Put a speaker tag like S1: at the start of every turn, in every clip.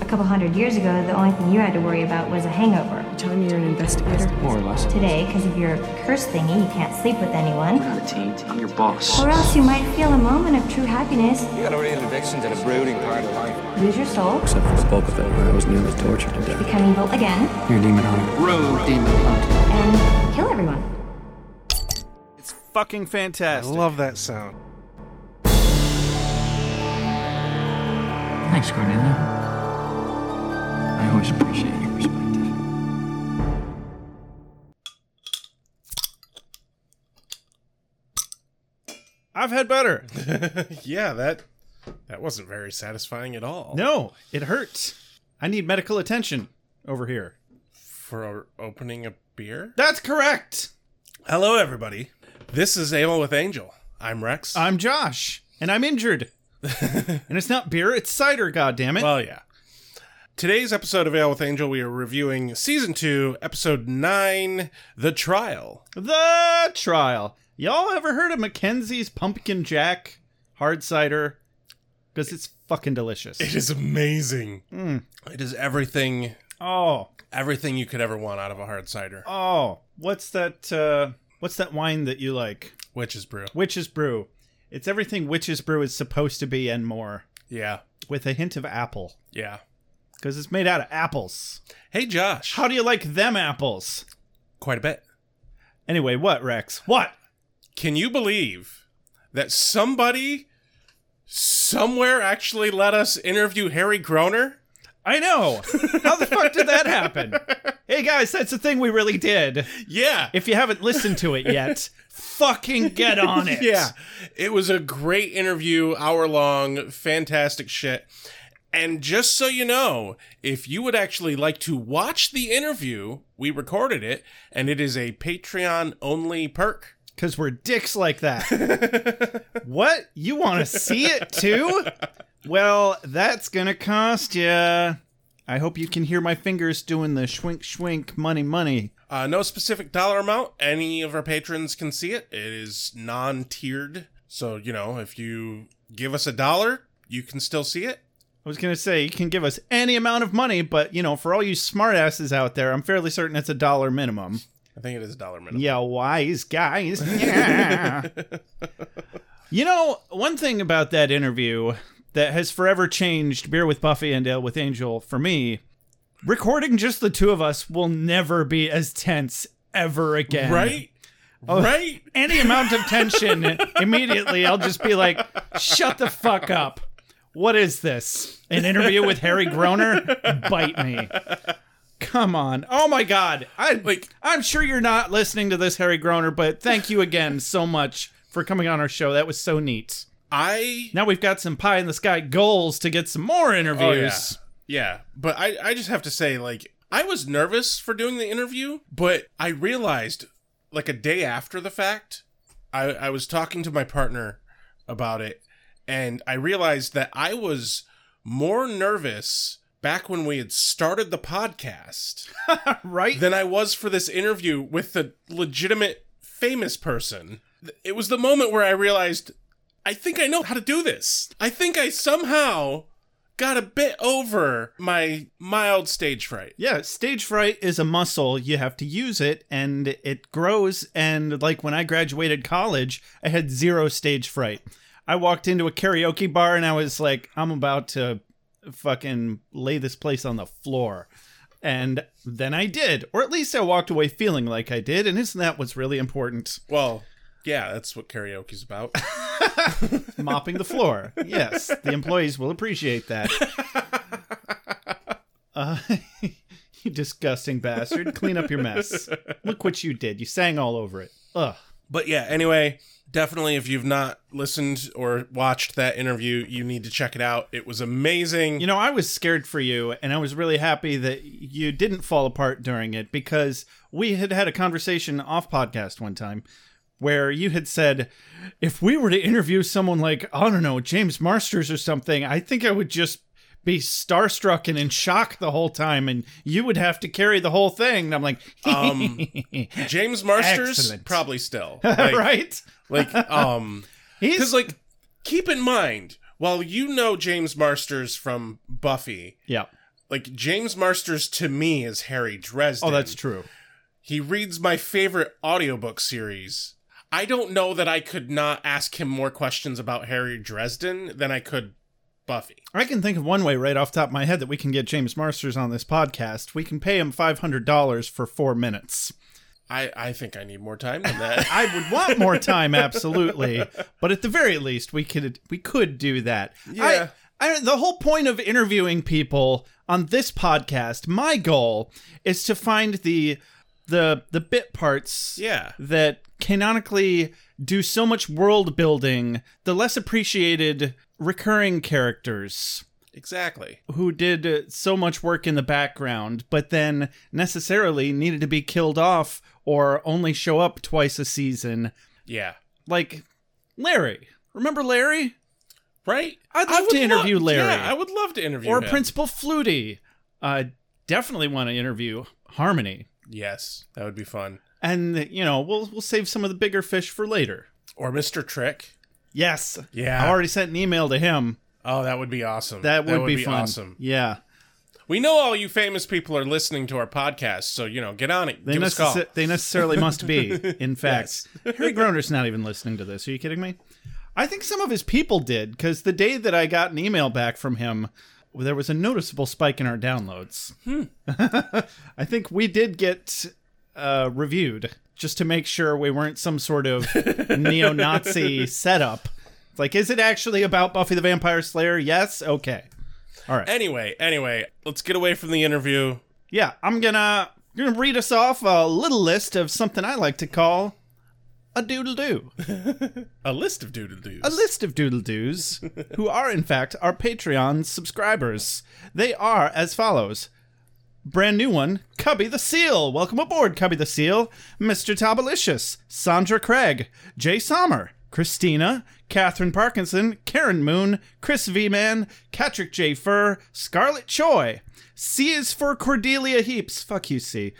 S1: A couple hundred years ago, the only thing you had to worry about was a hangover.
S2: You telling me you're an investigator?
S3: More or less.
S1: Today, because of your curse thingy, you can't sleep with anyone.
S3: I'm a team. I'm your boss.
S1: Or else you might feel a moment of true happiness,
S4: You got a real addiction to the brooding part of life.
S1: lose your soul,
S5: Except for the bulk of it, where I was nearly tortured to death.
S1: become evil again,
S5: You're a demon hunter.
S3: Road demon hunter.
S1: and kill everyone.
S6: It's fucking
S7: I
S6: fantastic.
S7: love that sound.
S5: Thanks, Cornelia. I always appreciate your perspective.
S8: I've had better.
S7: Yeah, that that wasn't very satisfying at all.
S6: No, it hurts. I need medical attention over here.
S7: For opening a beer?
S6: That's correct.
S7: Hello, everybody. This is Ale with Angel. I'm Rex.
S6: I'm Josh, and I'm injured. and it's not beer, it's cider, goddammit.
S7: well, yeah. Today's episode of Ale with Angel, we are reviewing Season 2, Episode 9, The Trial.
S6: The trial. Y'all ever heard of Mackenzie's Pumpkin Jack hard cider? Because it's fucking delicious.
S7: It is amazing. It is everything
S6: Oh,
S7: everything you could ever want out of a hard cider,
S6: oh, what's that? Uh, what's that wine that you like?
S7: witch's brew.
S6: Witch's Brew. It's everything Witch's Brew is supposed to be and more,
S7: Yeah.
S6: with a hint of apple,
S7: Yeah.
S6: because it's made out of apples.
S7: Hey, Josh.
S6: How do you like them apples?
S7: Quite a bit.
S6: Anyway, what Rex? What?
S7: Can you believe that somebody somewhere actually let us interview Harry Groner?
S6: I know. How the fuck did that happen? Hey guys, that's the thing we really did.
S7: Yeah.
S6: If you haven't listened to it yet, fucking get on it.
S7: Yeah. It was a great interview, hour long, fantastic shit. And just so you know, if you would actually like to watch the interview, we recorded it, and it is a Patreon only perk.
S6: Cause we're dicks like that. what? You wanna see it too? Well, that's gonna cost you. I hope you can hear my fingers doing the schwink schwink money money.
S7: Uh, no specific dollar amount. Any of our patrons can see it. It is non tiered. So, you know, if you give us a dollar, you can still see it.
S6: I was gonna say you can give us any amount of money, but you know, for all you smartasses out there, I'm fairly certain it's a dollar minimum.
S7: I think it is a dollar minimum.
S6: Yeah, wise guys. Yeah. you know, one thing about that interview that has forever changed Beer with Buffy and Ale with Angel for me, recording just the two of us will never be as tense ever again.
S7: Right? Right?
S6: Any amount of tension, immediately I'll just be like, shut the fuck up. What is this? An interview with Harry Groner? Bite me. Come on. Oh my god. I
S7: Like-
S6: I'm sure you're not listening to this Harry Groner, but thank you again so much for coming on our show. That was so neat.
S7: I.
S6: Now we've got some pie in the sky goals to get some more
S7: Oh,
S6: interviews.
S7: Yeah. But I, I just have to say, like, I was nervous for doing the interview, but I realized, like, a day after the fact, I, I was talking to my partner about it, and I realized that I was more nervous back when we had started the podcast
S6: Right?
S7: than I was for this interview with the legitimate famous person. Th- It was the moment where I realized I think I know how to do this. I think I somehow got a bit over my mild stage fright.
S6: Yeah, stage fright is a muscle. You have to use it and it grows. And like when I graduated college, I had zero stage fright. I walked into a karaoke bar and I was like, I'm about to fucking lay this place on the floor. And then I did, or at least I walked away feeling like I did. And isn't that what's really important?
S7: Well, yeah, that's what karaoke's about.
S6: Mopping the floor. Yes, the employees will appreciate that. Uh, you disgusting bastard. Clean up your mess. Look what you did. You sang all over it. Ugh.
S7: but yeah, anyway, definitely if you've not listened or watched that interview, you need to check it out. It was amazing.
S6: You know, I was scared for you, and I was really happy that you didn't fall apart during it because we had had a conversation off podcast one time where you had said, if we were to interview someone like, I don't know, James Marsters or something, I think I would just be starstruck and in shock the whole time, and you would have to carry the whole thing. And I'm like,
S7: James Marsters
S6: Excellent.
S7: Oh. probably still. Like,
S6: right?
S7: like um
S6: He's
S7: Because, like, keep in mind, while you know James Marsters from Buffy,
S6: Yeah.
S7: like James Marsters to me is Harry Dresden.
S6: Oh, that's true.
S7: He reads my favorite audiobook series. I don't know that I could not ask him more questions about Harry Dresden than I could Buffy.
S6: I can think of one way right off the top of my head that we can get James Marsters on this podcast. We can pay him five hundred dollars for four minutes.
S7: I, I think I need more time than that.
S6: I would want more time, absolutely, but at the very least, we could we could do that.
S7: Yeah.
S6: I, I, the whole point of interviewing people on this podcast, my goal is to find the the the bit parts
S7: yeah.
S6: that canonically do so much world building, the less appreciated recurring characters
S7: Exactly.
S6: who did uh, so much work in the background, but then necessarily needed to be killed off or only show up twice a season.
S7: Yeah.
S6: Like Larry. Remember Larry?
S7: Right?
S6: I'd
S7: I
S6: love
S7: would
S6: to interview
S7: love-
S6: Larry.
S7: Yeah, I would love to interview
S6: or
S7: him.
S6: Principal Flutie. Uh, definitely want to interview Harmony.
S7: Yes, that would be fun.
S6: And, you know, we'll, we'll save some of the bigger fish for later.
S7: Or Mr. Trick.
S6: Yes.
S7: Yeah.
S6: I already sent an email to him.
S7: Oh, that would be awesome.
S6: That would, be, fun.
S7: awesome.
S6: Yeah.
S7: We know all you famous people are listening to our podcast, so you know, get on it.
S6: They,
S7: Give us a call.
S6: necess- they necessarily must be, in fact. Harry Groner's not even listening to this. Are you kidding me? I think some of his people did because the day that I got an email back from him, there was a noticeable spike in our downloads.
S7: Hmm.
S6: I think we did get uh, reviewed just to make sure we weren't some sort of neo Nazi setup. It's like, is it actually about Buffy the Vampire Slayer? Yes? Okay.
S7: Anyway, anyway, let's get away from the interview.
S6: Yeah, I'm gonna you're gonna read us off a little list of something I like to call a doodle doo.
S7: A list of doodle doos.
S6: A list of doodle doos who are in fact our Patreon subscribers. They are as follows. Brand new one, Cubby the Seal. Welcome aboard, Cubby the Seal. Mr. Tobalicious, Sandra Craig, Jay Sommer, Christina, Catherine Parkinson, Karen Moon, Chris V Man, Patrick J. Fur, Scarlett Choi. C is for Cordelia Heaps. Fuck you, C.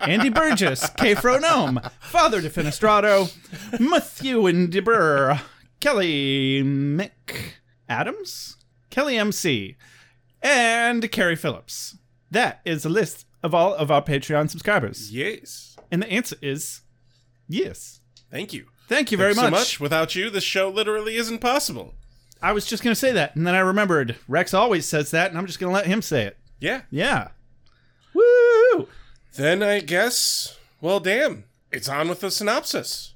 S6: Andy Burgess, K. Fronome, Father Defenestrato, Matthew and DeBurr, Kelly Mick Adams, Kelly MC, and Carrie Phillips. That is a list of all of our Patreon subscribers.
S7: yes.
S6: And the answer is yes.
S7: Thank you.
S6: Thank you very
S7: Thanks so
S6: much.
S7: much. Without you, this show literally isn't possible.
S6: I was just going to say that, and then I remembered Rex always says that, and I'm just going to let him say it.
S7: Yeah.
S6: Yeah. Woo!
S7: Then I guess, well, damn, it's on with the synopsis.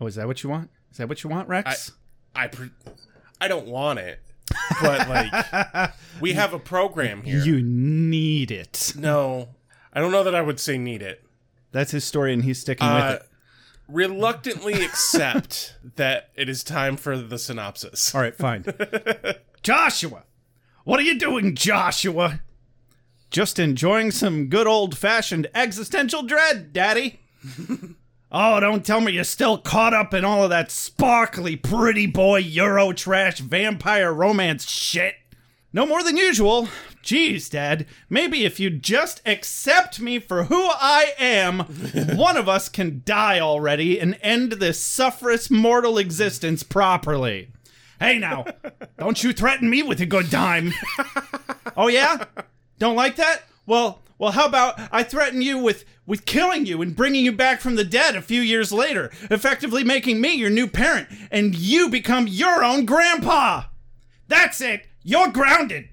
S6: Oh, is that what you want? Is that what you want, Rex?
S7: I pre- I don't want it, but like we have a program here.
S6: You need it.
S7: no, I don't know that I would say need it.
S6: That's his story, and he's sticking
S7: Uh,
S6: with it.
S7: reluctantly accept that it is time for the synopsis.
S6: All right, fine. Joshua, what are you doing, Joshua? Just enjoying some good old fashioned existential dread, Daddy. oh, don't tell me you're still caught up in all of that sparkly, pretty boy Euro trash vampire romance shit. No more than usual. Geez, Dad, maybe if you just accept me for who I am, one of us can die already and end this sufferous mortal existence properly. Hey now, don't you threaten me with a good time. oh yeah? Don't like that? Well, well, how about I threaten you with with killing you and bringing you back from the dead a few years later, effectively making me your new parent and you become your own grandpa. That's it. You're grounded.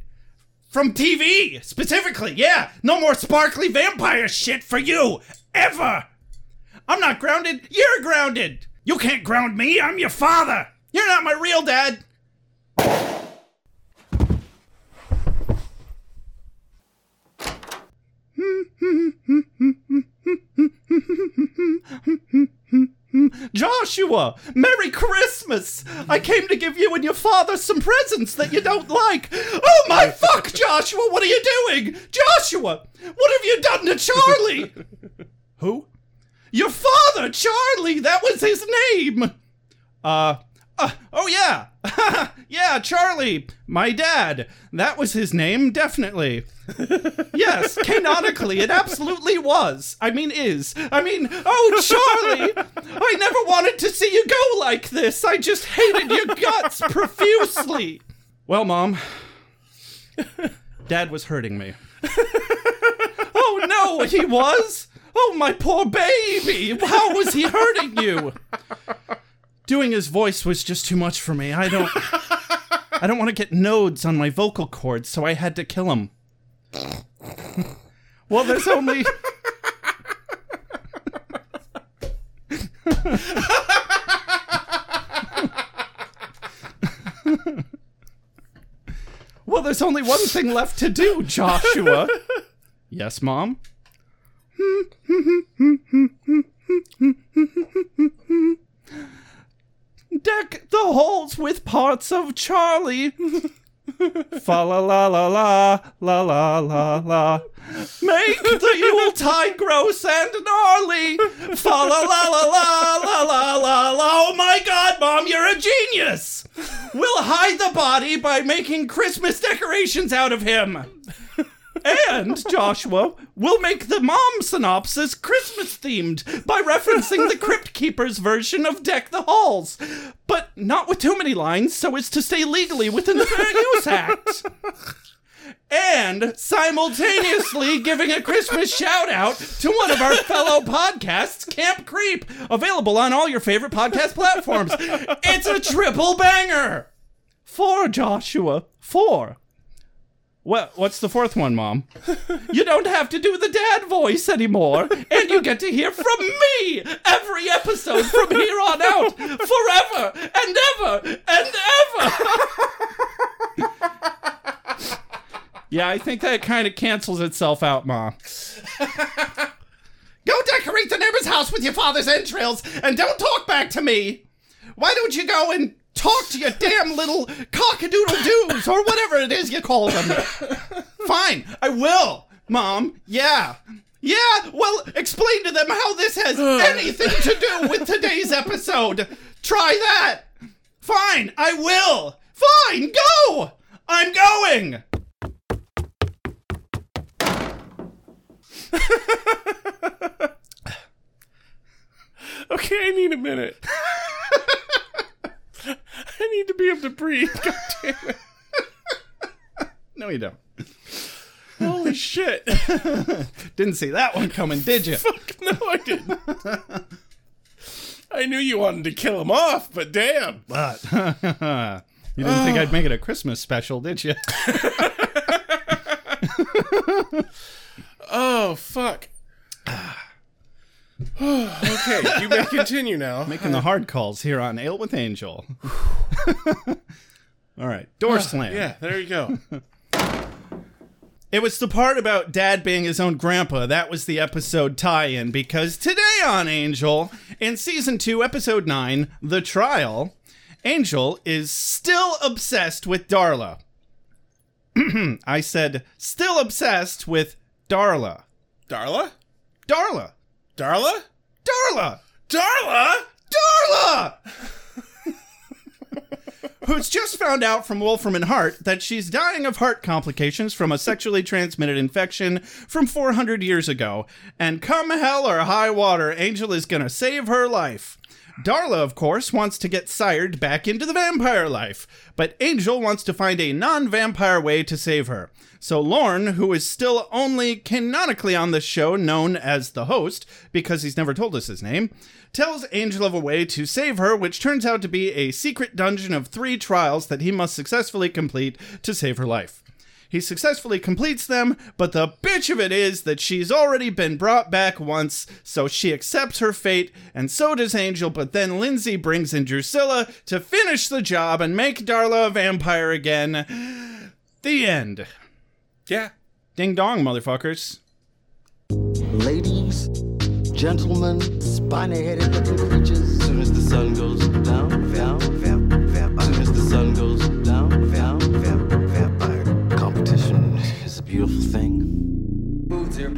S6: From TV, specifically. Yeah, no more sparkly vampire shit for you. Ever. I'm not grounded. You're grounded. You can't ground me. I'm your father. You're not my real dad. Joshua, Merry Christmas! I came to give you and your father some presents that you don't like. Oh my fuck, Joshua, what are you doing? Joshua, what have you done to Charlie? Who? Your father, Charlie, that was his name. Uh, Uh, oh yeah, yeah, Charlie, my dad. That was his name, definitely. yes, canonically, it absolutely was. I mean, is. I mean, oh Charlie, I never wanted to see you go like this. I just hated your guts profusely. Well, mom, dad was hurting me. oh no, he was. Oh my poor baby. How was he hurting you? doing his voice was just too much for me. I don't I don't want to get nodes on my vocal cords, so I had to kill him. well, there's only Well, there's only one thing left to do, Joshua. yes, mom. deck the halls with parts of Charlie. Fa la la la la la la la la. Make the Yuletide gross and gnarly. Fa la la la la la la la la. Oh my God, Mom, you're a genius. We'll hide the body by making Christmas decorations out of him. And Joshua will make the mom synopsis Christmas themed by referencing the Crypt Keeper's version of Deck the Halls, but not with too many lines so as to stay legally within the Fair Use Act. And simultaneously giving a Christmas shout out to one of our fellow podcasts, Camp Creep, available on all your favorite podcast platforms. It's a triple banger! Four, Joshua. Four. What, what's the fourth one, Mom? you don't have to do the dad voice anymore, and you get to hear from me every episode from here on out, forever and ever and ever. yeah, I think that kind of cancels itself out, Mom. go decorate the neighbor's house with your father's entrails, and don't talk back to me. Why don't you go and talk to your damn little cockadoodle doos or whatever it is you call them. Fine, I will, Mom. Yeah. Yeah, well, explain to them how this has anything to do with today's episode. Try that. Fine, I will. Fine, go. I'm going.
S7: okay, I need a minute. I need to be able to breathe. God damn it.
S6: no, you don't.
S7: Holy shit.
S6: didn't see that one coming, did you?
S7: Fuck, no, I didn't. I knew you wanted to kill him off, but damn.
S6: But you didn't think I'd make it a Christmas special, did you?
S7: oh, fuck. okay, you may continue now.
S6: Making the hard calls here on Ale with Angel. All right, door slam.
S7: Yeah, there you go.
S6: It was the part about dad being his own grandpa. That was the episode tie in because today on Angel, in season two, episode nine, The Trial, Angel is still obsessed with Darla. I said, still obsessed with Darla.
S7: Darla?
S6: Darla.
S7: Darla?
S6: Darla.
S7: Darla?
S6: Darla! Who's just found out from Wolfram and Hart that she's dying of heart complications from a sexually transmitted infection from 400 years ago. And come hell or high water, Angel is gonna save her life. Darla, of course, wants to get sired back into the vampire life, but Angel wants to find a non vampire way to save her. So Lorne, who is still only canonically on the show known as the host, because he's never told us his name, tells Angel of a way to save her, which turns out to be a secret dungeon of three trials that he must successfully complete to save her life. He successfully completes them, but the bitch of it is that she's already been brought back once, so she accepts her fate, and so does Angel, but then Lindsay brings in Drusilla to finish the job and make Darla a vampire again. The end.
S7: Yeah.
S6: Ding dong, motherfuckers.
S2: Ladies, gentlemen, spiny headed looking creatures. Soon as the sun goes down, vamp, vamp, vamp. Soon as the sun goes down, vamp, vamp, vampire. Competition is a beautiful thing. Boots here.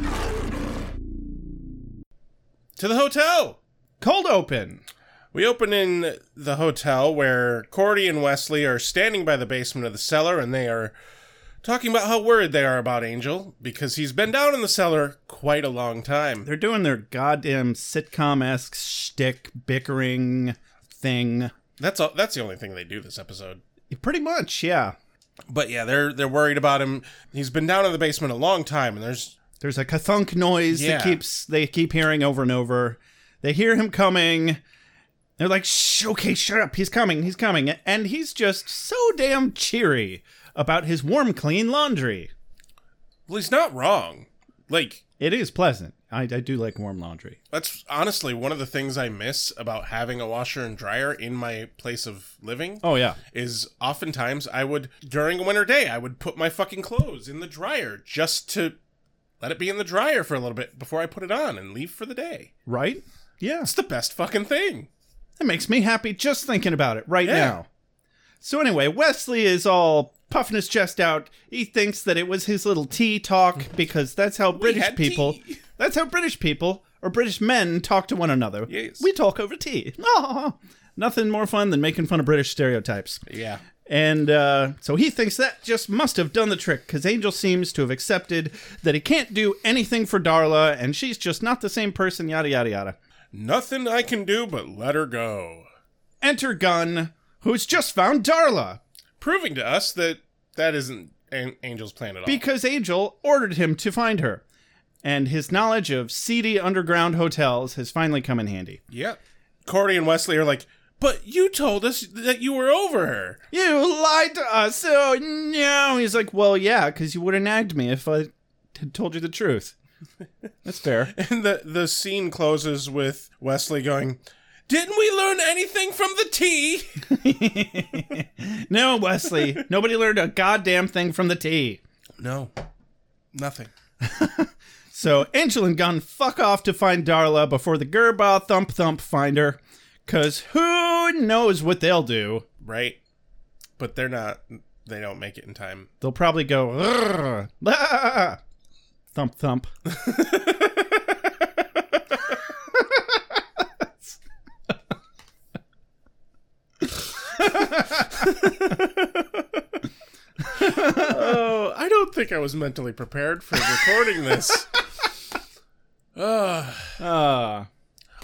S7: To the hotel.
S6: Cold open.
S7: We open in the hotel where Cordy and Wesley are standing by the basement of the cellar and they are talking about how worried they are about Angel because he's been down in the cellar quite a long time.
S6: They're doing their goddamn sitcom esque shtick bickering thing.
S7: That's all, that's the only thing they do this episode.
S6: Pretty much, yeah.
S7: But yeah, they're they're worried about him. He's been down in the basement a long time and there's
S6: There's a kathunk noise
S7: Yeah.
S6: that keeps they keep hearing over and over. They hear him coming. They're like, Shh, okay, shut up. He's coming. He's coming. And he's just so damn cheery about his warm, clean laundry.
S7: well, he's not wrong. Like
S6: It is pleasant. I, I do like warm laundry.
S7: that's honestly one of the things I miss about having a washer and dryer in my place of living.
S6: Oh, yeah.
S7: is oftentimes I would during a winter day I would put my fucking clothes in the dryer just to let it be in the dryer for a little bit before I put it on and leave for the day.
S6: Right? Yeah.
S7: It's the best fucking thing.
S6: That makes me happy just thinking about it right
S7: Yeah.
S6: now. So anyway, Wesley is all puffing his chest out. He thinks that it was his little tea talk because that's how British
S7: had
S6: people
S7: tea.
S6: that's how British people or British men talk to one another.
S7: Yes.
S6: We talk over tea. Aw. Nothing more fun than making fun of British stereotypes.
S7: Yeah.
S6: And uh, so he thinks that just must have done the trick because Angel seems to have accepted that he can't do anything for Darla and she's just not the same person, yada, yada, yada.
S7: Nothing I can do but let her go.
S6: Enter Gunn, who's just found Darla
S7: Proving to us that that isn't An- Angel's plan at all.
S6: because Angel ordered him to find her. And his knowledge of seedy underground hotels has finally come in handy.
S7: yeah. Cordy and Wesley are like, "But you told us that you were over her."
S6: You lied to us. Oh, no. He's like, well, yeah, because you would have nagged me if I had told you the truth. That's fair.
S7: And the the scene closes with Wesley going, "Didn't we learn anything from the tea?"
S6: No, Wesley, nobody learned a goddamn thing from the tea.
S7: No. Nothing.
S6: So Angel and Gunn fuck off to find Darla before the Gerba thump thump find her. Because who knows what they'll do.
S7: right? But they're not. They don't make it in time.
S6: They'll probably go "Rrrr, ah," thump thump.
S7: Oh, I don't think I was mentally prepared for recording this. Ugh.
S6: Uh,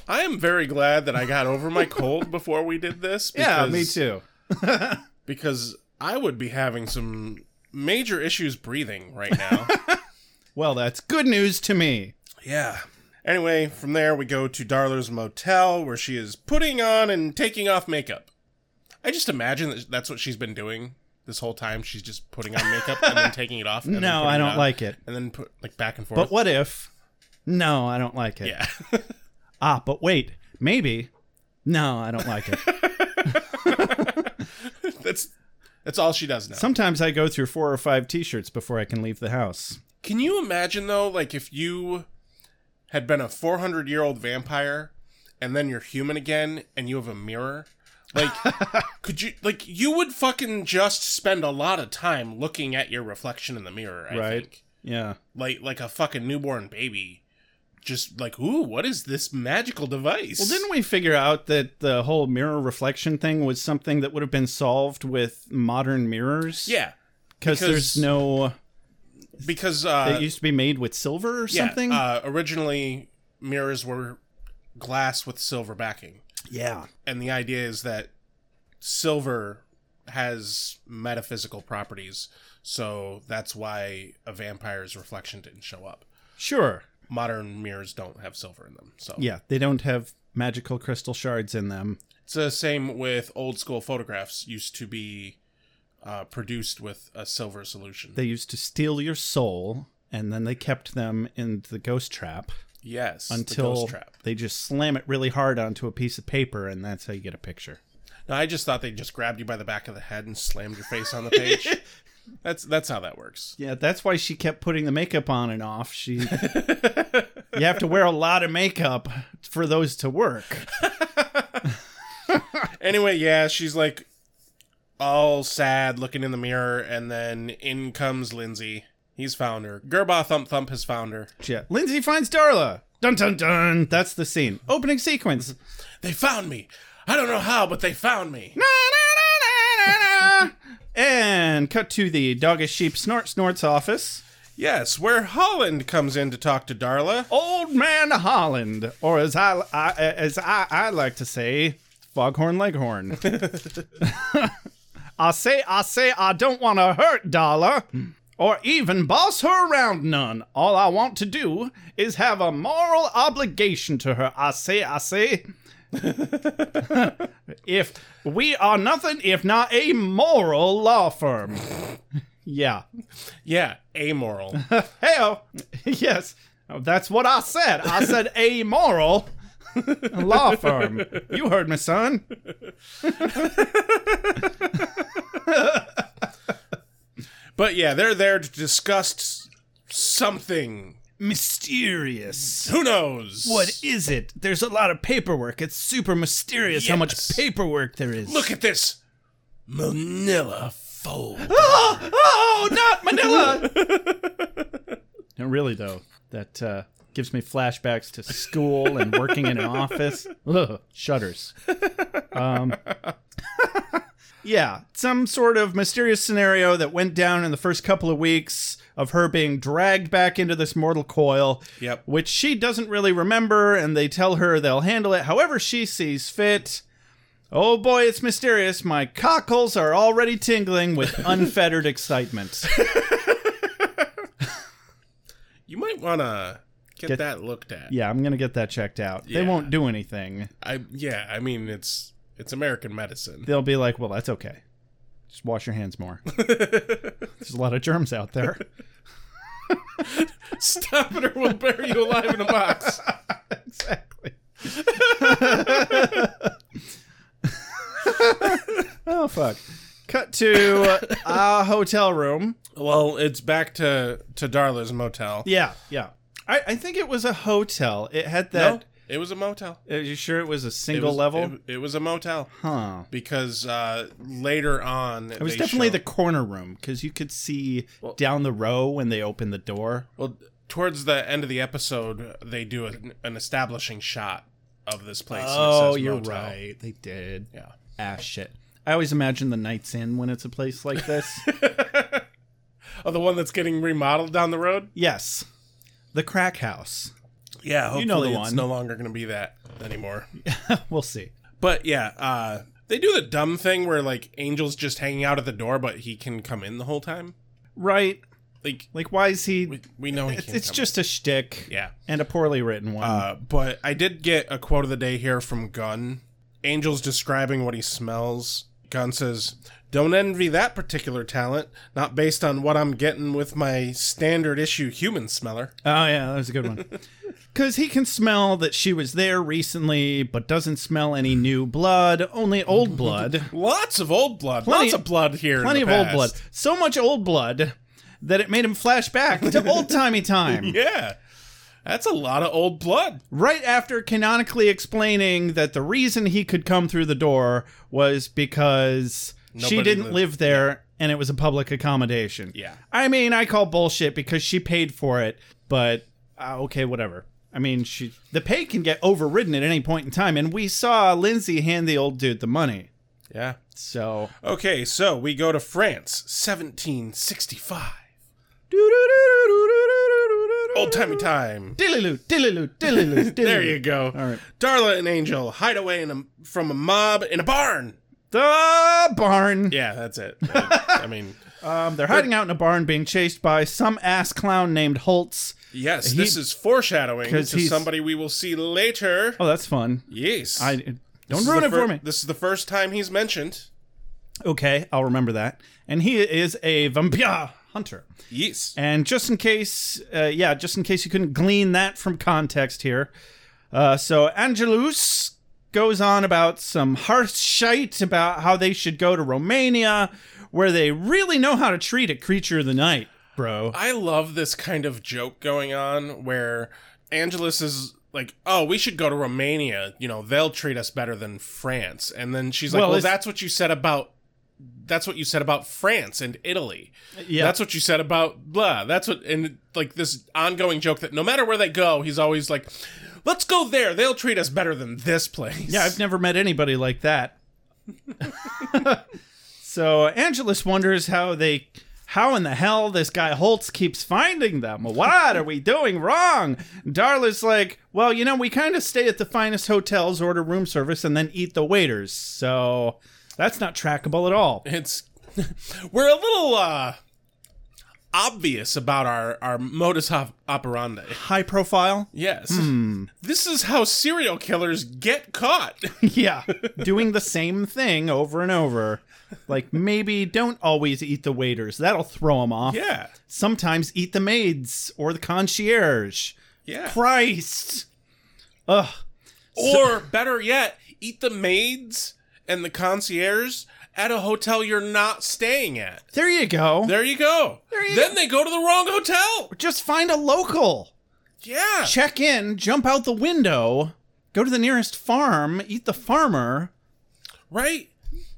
S7: I am very glad that I got over my cold before we did this.
S6: yeah, me too.
S7: Because I would be having some major issues breathing right now.
S6: Well, that's good news to me.
S7: yeah. Anyway, from there we go to Darla's motel where she is putting on and taking off makeup. I just imagine that that's what she's been doing this whole time. She's just putting on makeup and then taking it off. and then
S6: No,
S7: putting
S6: I don't
S7: on.
S6: like it.
S7: and then put like back and forth.
S6: But what if? No, I don't like it.
S7: Yeah,
S6: Ah, but wait, maybe. No, I don't like it.
S7: that's that's all she does now.
S6: Sometimes I go through four or five T-shirts before I can leave the house.
S7: Can you imagine though, like if you had been a four hundred year old vampire and then you're human again and you have a mirror? Like, could you like you would fucking just spend a lot of time looking at your reflection in the mirror? I
S6: Right.
S7: think.
S6: Yeah.
S7: Like like a fucking newborn baby. Just like, ooh, what is this magical device?
S6: Well, didn't we figure out that the whole mirror reflection thing was something that would have been solved with modern mirrors?
S7: Yeah,
S6: because
S7: because-
S6: there's no.
S7: because uh,
S6: it used to be made with silver or something.
S7: Yeah, uh, originally, mirrors were glass with silver backing,
S6: yeah.
S7: and the idea is that silver has metaphysical properties, so that's why a vampire's reflection didn't show up.
S6: Sure.
S7: Modern mirrors don't have silver in them, so
S6: Yeah, they don't have magical crystal shards in them.
S7: It's the same with old school photographs. Used to be uh, produced with a silver solution.
S6: They used to steal your soul, and then they kept them in the ghost trap
S7: yes, the
S6: until
S7: ghost trap.
S6: they just slam it really hard onto a piece of paper, and that's how you get a picture.
S7: No, I just thought they just grabbed you by the back of the head and slammed your face on the page. that's that's how that works.
S6: Yeah, that's why she kept putting the makeup on and off. She, you have to wear a lot of makeup for those to work.
S7: Anyway, yeah, she's like all sad looking in the mirror, and then in comes Lindsay. He's found her. Gerba Thump Thump has found her.
S6: Yeah, Lindsay finds Darla. Dun dun dun. That's the scene. Opening sequence.
S7: They found me. I don't know how, but they found me.
S6: And cut to the dog as sheep snort snorts office.
S7: Yes, where Holland comes in to talk to Darla.
S6: Old man Holland, or as I, I as I, I like to say, Foghorn Leghorn. I say, I say, I don't want to hurt Darla, or even boss her around none. All I want to do is have a moral obligation to her. I say, I say. if we are nothing if not a moral law firm. yeah.
S7: Yeah, amoral.
S6: Hell, yes, Oh, that's what I said. I said amoral law firm. You heard me, son.
S7: but yeah, they're there to discuss something.
S6: Mysterious.
S7: Who knows?
S6: What is it? There's a lot of paperwork. It's super mysterious how much
S7: Yes.
S6: paperwork there is.
S7: Look at this Manila fold.
S6: Oh, oh not Manila. no, really though, that uh, gives me flashbacks to school and working in an office. Ugh, shudders. Um, yeah, some sort of mysterious scenario that went down in the first couple of weeks of her being dragged back into this mortal coil.
S7: Yep.
S6: Which she doesn't really remember, and they tell her they'll handle it however she sees fit. Oh boy, it's mysterious. My cockles are already tingling with unfettered excitement.
S7: You might want to get,
S6: Get-
S7: that looked at.
S6: Yeah, I'm gonna get that checked out.
S7: Yeah.
S6: They won't do anything.
S7: I yeah, I mean it's it's American medicine.
S6: They'll be like, "Well, that's okay. Just wash your hands more. There's a lot of germs out there."
S7: Stop it or we'll bury you alive in a box.
S6: exactly. oh fuck. Cut to a hotel room.
S7: Well, it's back to to Darla's motel.
S6: Yeah, yeah. I, I think it was a hotel. It had
S7: No,
S6: that.
S7: it was a motel.
S6: Are you sure it was a
S7: It
S6: single
S7: was,
S6: level?
S7: It, it was a motel
S6: huh.
S7: because uh, later on
S6: It was definitely the corner room because you could see down the row when they opened the door.
S7: well towards the end of the episode they do an, an establishing shot of this place. and it says motel.
S6: Oh, They did.
S7: Yeah.
S6: Ah, shit. I always imagine the Knights Inn when it's a place like this.
S7: Oh, the one that's getting remodeled down the road.
S6: yes. The crack house.
S7: Yeah, hopefully
S6: You know the
S7: it's
S6: one.
S7: no longer going to be that anymore.
S6: We'll see.
S7: But yeah, uh, they do the dumb thing where like Angel's just hanging out at the door, but he can come in the whole time.
S6: Right.
S7: Like
S6: Like, why is he.
S7: we, we know he
S6: it's
S7: can
S6: it's
S7: come
S6: just a shtick.
S7: Yeah.
S6: And a poorly written one.
S7: Uh, but I did get a quote of the day here from Gunn. Angel's describing what he smells. Gunn says, "Don't envy that particular talent. Not based on what I'm getting with my standard issue human smeller."
S6: oh, yeah. That was a good one. Because he can smell that she was there recently, but doesn't smell any new blood, only old blood.
S7: Lots of old blood.
S6: Plenty-
S7: lots of blood here. in
S6: plenty
S7: the
S6: of old
S7: past.
S6: blood. So much old blood that it made him flash back to old timey time.
S7: Yeah, that's a lot of old blood.
S6: Right after canonically explaining that the reason he could come through the door was because she
S7: Nobody
S6: didn't
S7: lived-
S6: live there and it was a public accommodation.
S7: Yeah.
S6: I mean, I call bullshit because she paid for it, but uh, okay, whatever. I mean, she the pay can get overridden at any point in time, and we saw Lindsay hand the old dude the money.
S7: Yeah.
S6: So
S7: Okay, so we go to France, 1765. Old timey time.
S6: Dilliloo, dilliloo, dilliloo, dilliloo.
S7: There you go.
S6: All right.
S7: Darla and Angel hide away in a, from a mob in a barn.
S6: The barn.
S7: Yeah, that's it. I, I mean,
S6: Um, they're hiding out in a barn, being chased by some ass clown named Holtz.
S7: yes,
S6: He-
S7: this is foreshadowing
S6: 'cause
S7: to
S6: he's-
S7: somebody we will see later.
S6: Oh, that's fun.
S7: Yes.
S6: I
S7: This
S6: don't
S7: is
S6: ruin
S7: the
S6: it
S7: fir-
S6: for me.
S7: This is the first time he's mentioned.
S6: Okay, I'll remember that. And he is a vampire hunter.
S7: Yes.
S6: And just in case, uh, yeah, just in case you couldn't glean that from context here, uh, so Angelus goes on about some harsh shite about how they should go to Romania, where they really know how to treat a creature of the night, bro.
S7: I love this kind of joke going on where Angelus is like, "Oh, we should go to Romania. You know, they'll treat us better than France." And then she's like,
S6: Well,
S7: "Well,
S6: it's-
S7: that's what you said about that's what you said about France and Italy.
S6: Yeah.
S7: That's what you said about blah. That's what and like this ongoing joke that no matter where they go, he's always like, Let's go there. They'll treat us better than this place.
S6: Yeah, I've never met anybody like that. so Angelus wonders how they, how in the hell this guy Holtz keeps finding them. What are we doing wrong? Darla's like, well, you know, we kind of stay at the finest hotels, order room service, and then eat the waiters. So that's not trackable at all.
S7: it's we're a little uh obvious about our our modus hop- operandi.
S6: High profile.
S7: Yes.
S6: Hmm.
S7: This is how serial killers get caught.
S6: Yeah, doing the same thing over and over. Like maybe don't always eat the waiters. That'll throw them off.
S7: yeah.
S6: Sometimes eat the maids or the concierge.
S7: Yeah.
S6: Christ. Ugh.
S7: Or better yet, eat the maids and the concierge at a hotel you're not staying at.
S6: There you go.
S7: There you go.
S6: Oh. you
S7: then they go to the wrong hotel.
S6: Just find a local.
S7: Yeah.
S6: Check in, jump out the window, go to the nearest farm, eat the farmer.
S7: Right?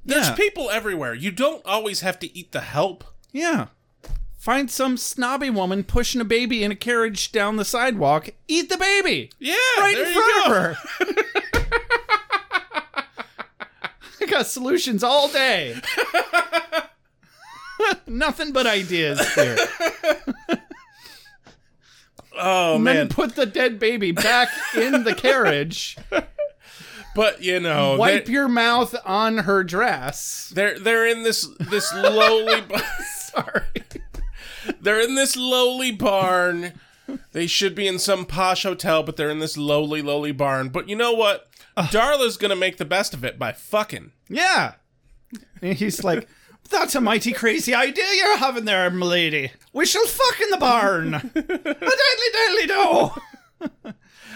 S7: There's
S6: Yeah.
S7: people everywhere. You don't always have to eat the help.
S6: Yeah. Find some snobby woman pushing a baby in a carriage down the sidewalk. Eat the baby.
S7: Yeah.
S6: Right
S7: there
S6: in
S7: you
S6: front
S7: go.
S6: of her. I got solutions all day. Nothing but ideas here.
S7: Oh,
S6: and
S7: man.
S6: then put the dead baby back in the carriage.
S7: But, you know,
S6: Wipe
S7: they're,
S6: your mouth on her dress.
S7: they're, they're in this, this lowly. Sorry. They're in this lowly barn. They should be in some posh hotel, but they're in this lowly, lowly barn. But you know what? Darla's going to make the best of it by fucking.
S6: Yeah. And he's like, That's a mighty crazy idea you're having there, m'lady. We shall fuck in the barn. a diddly diddly do.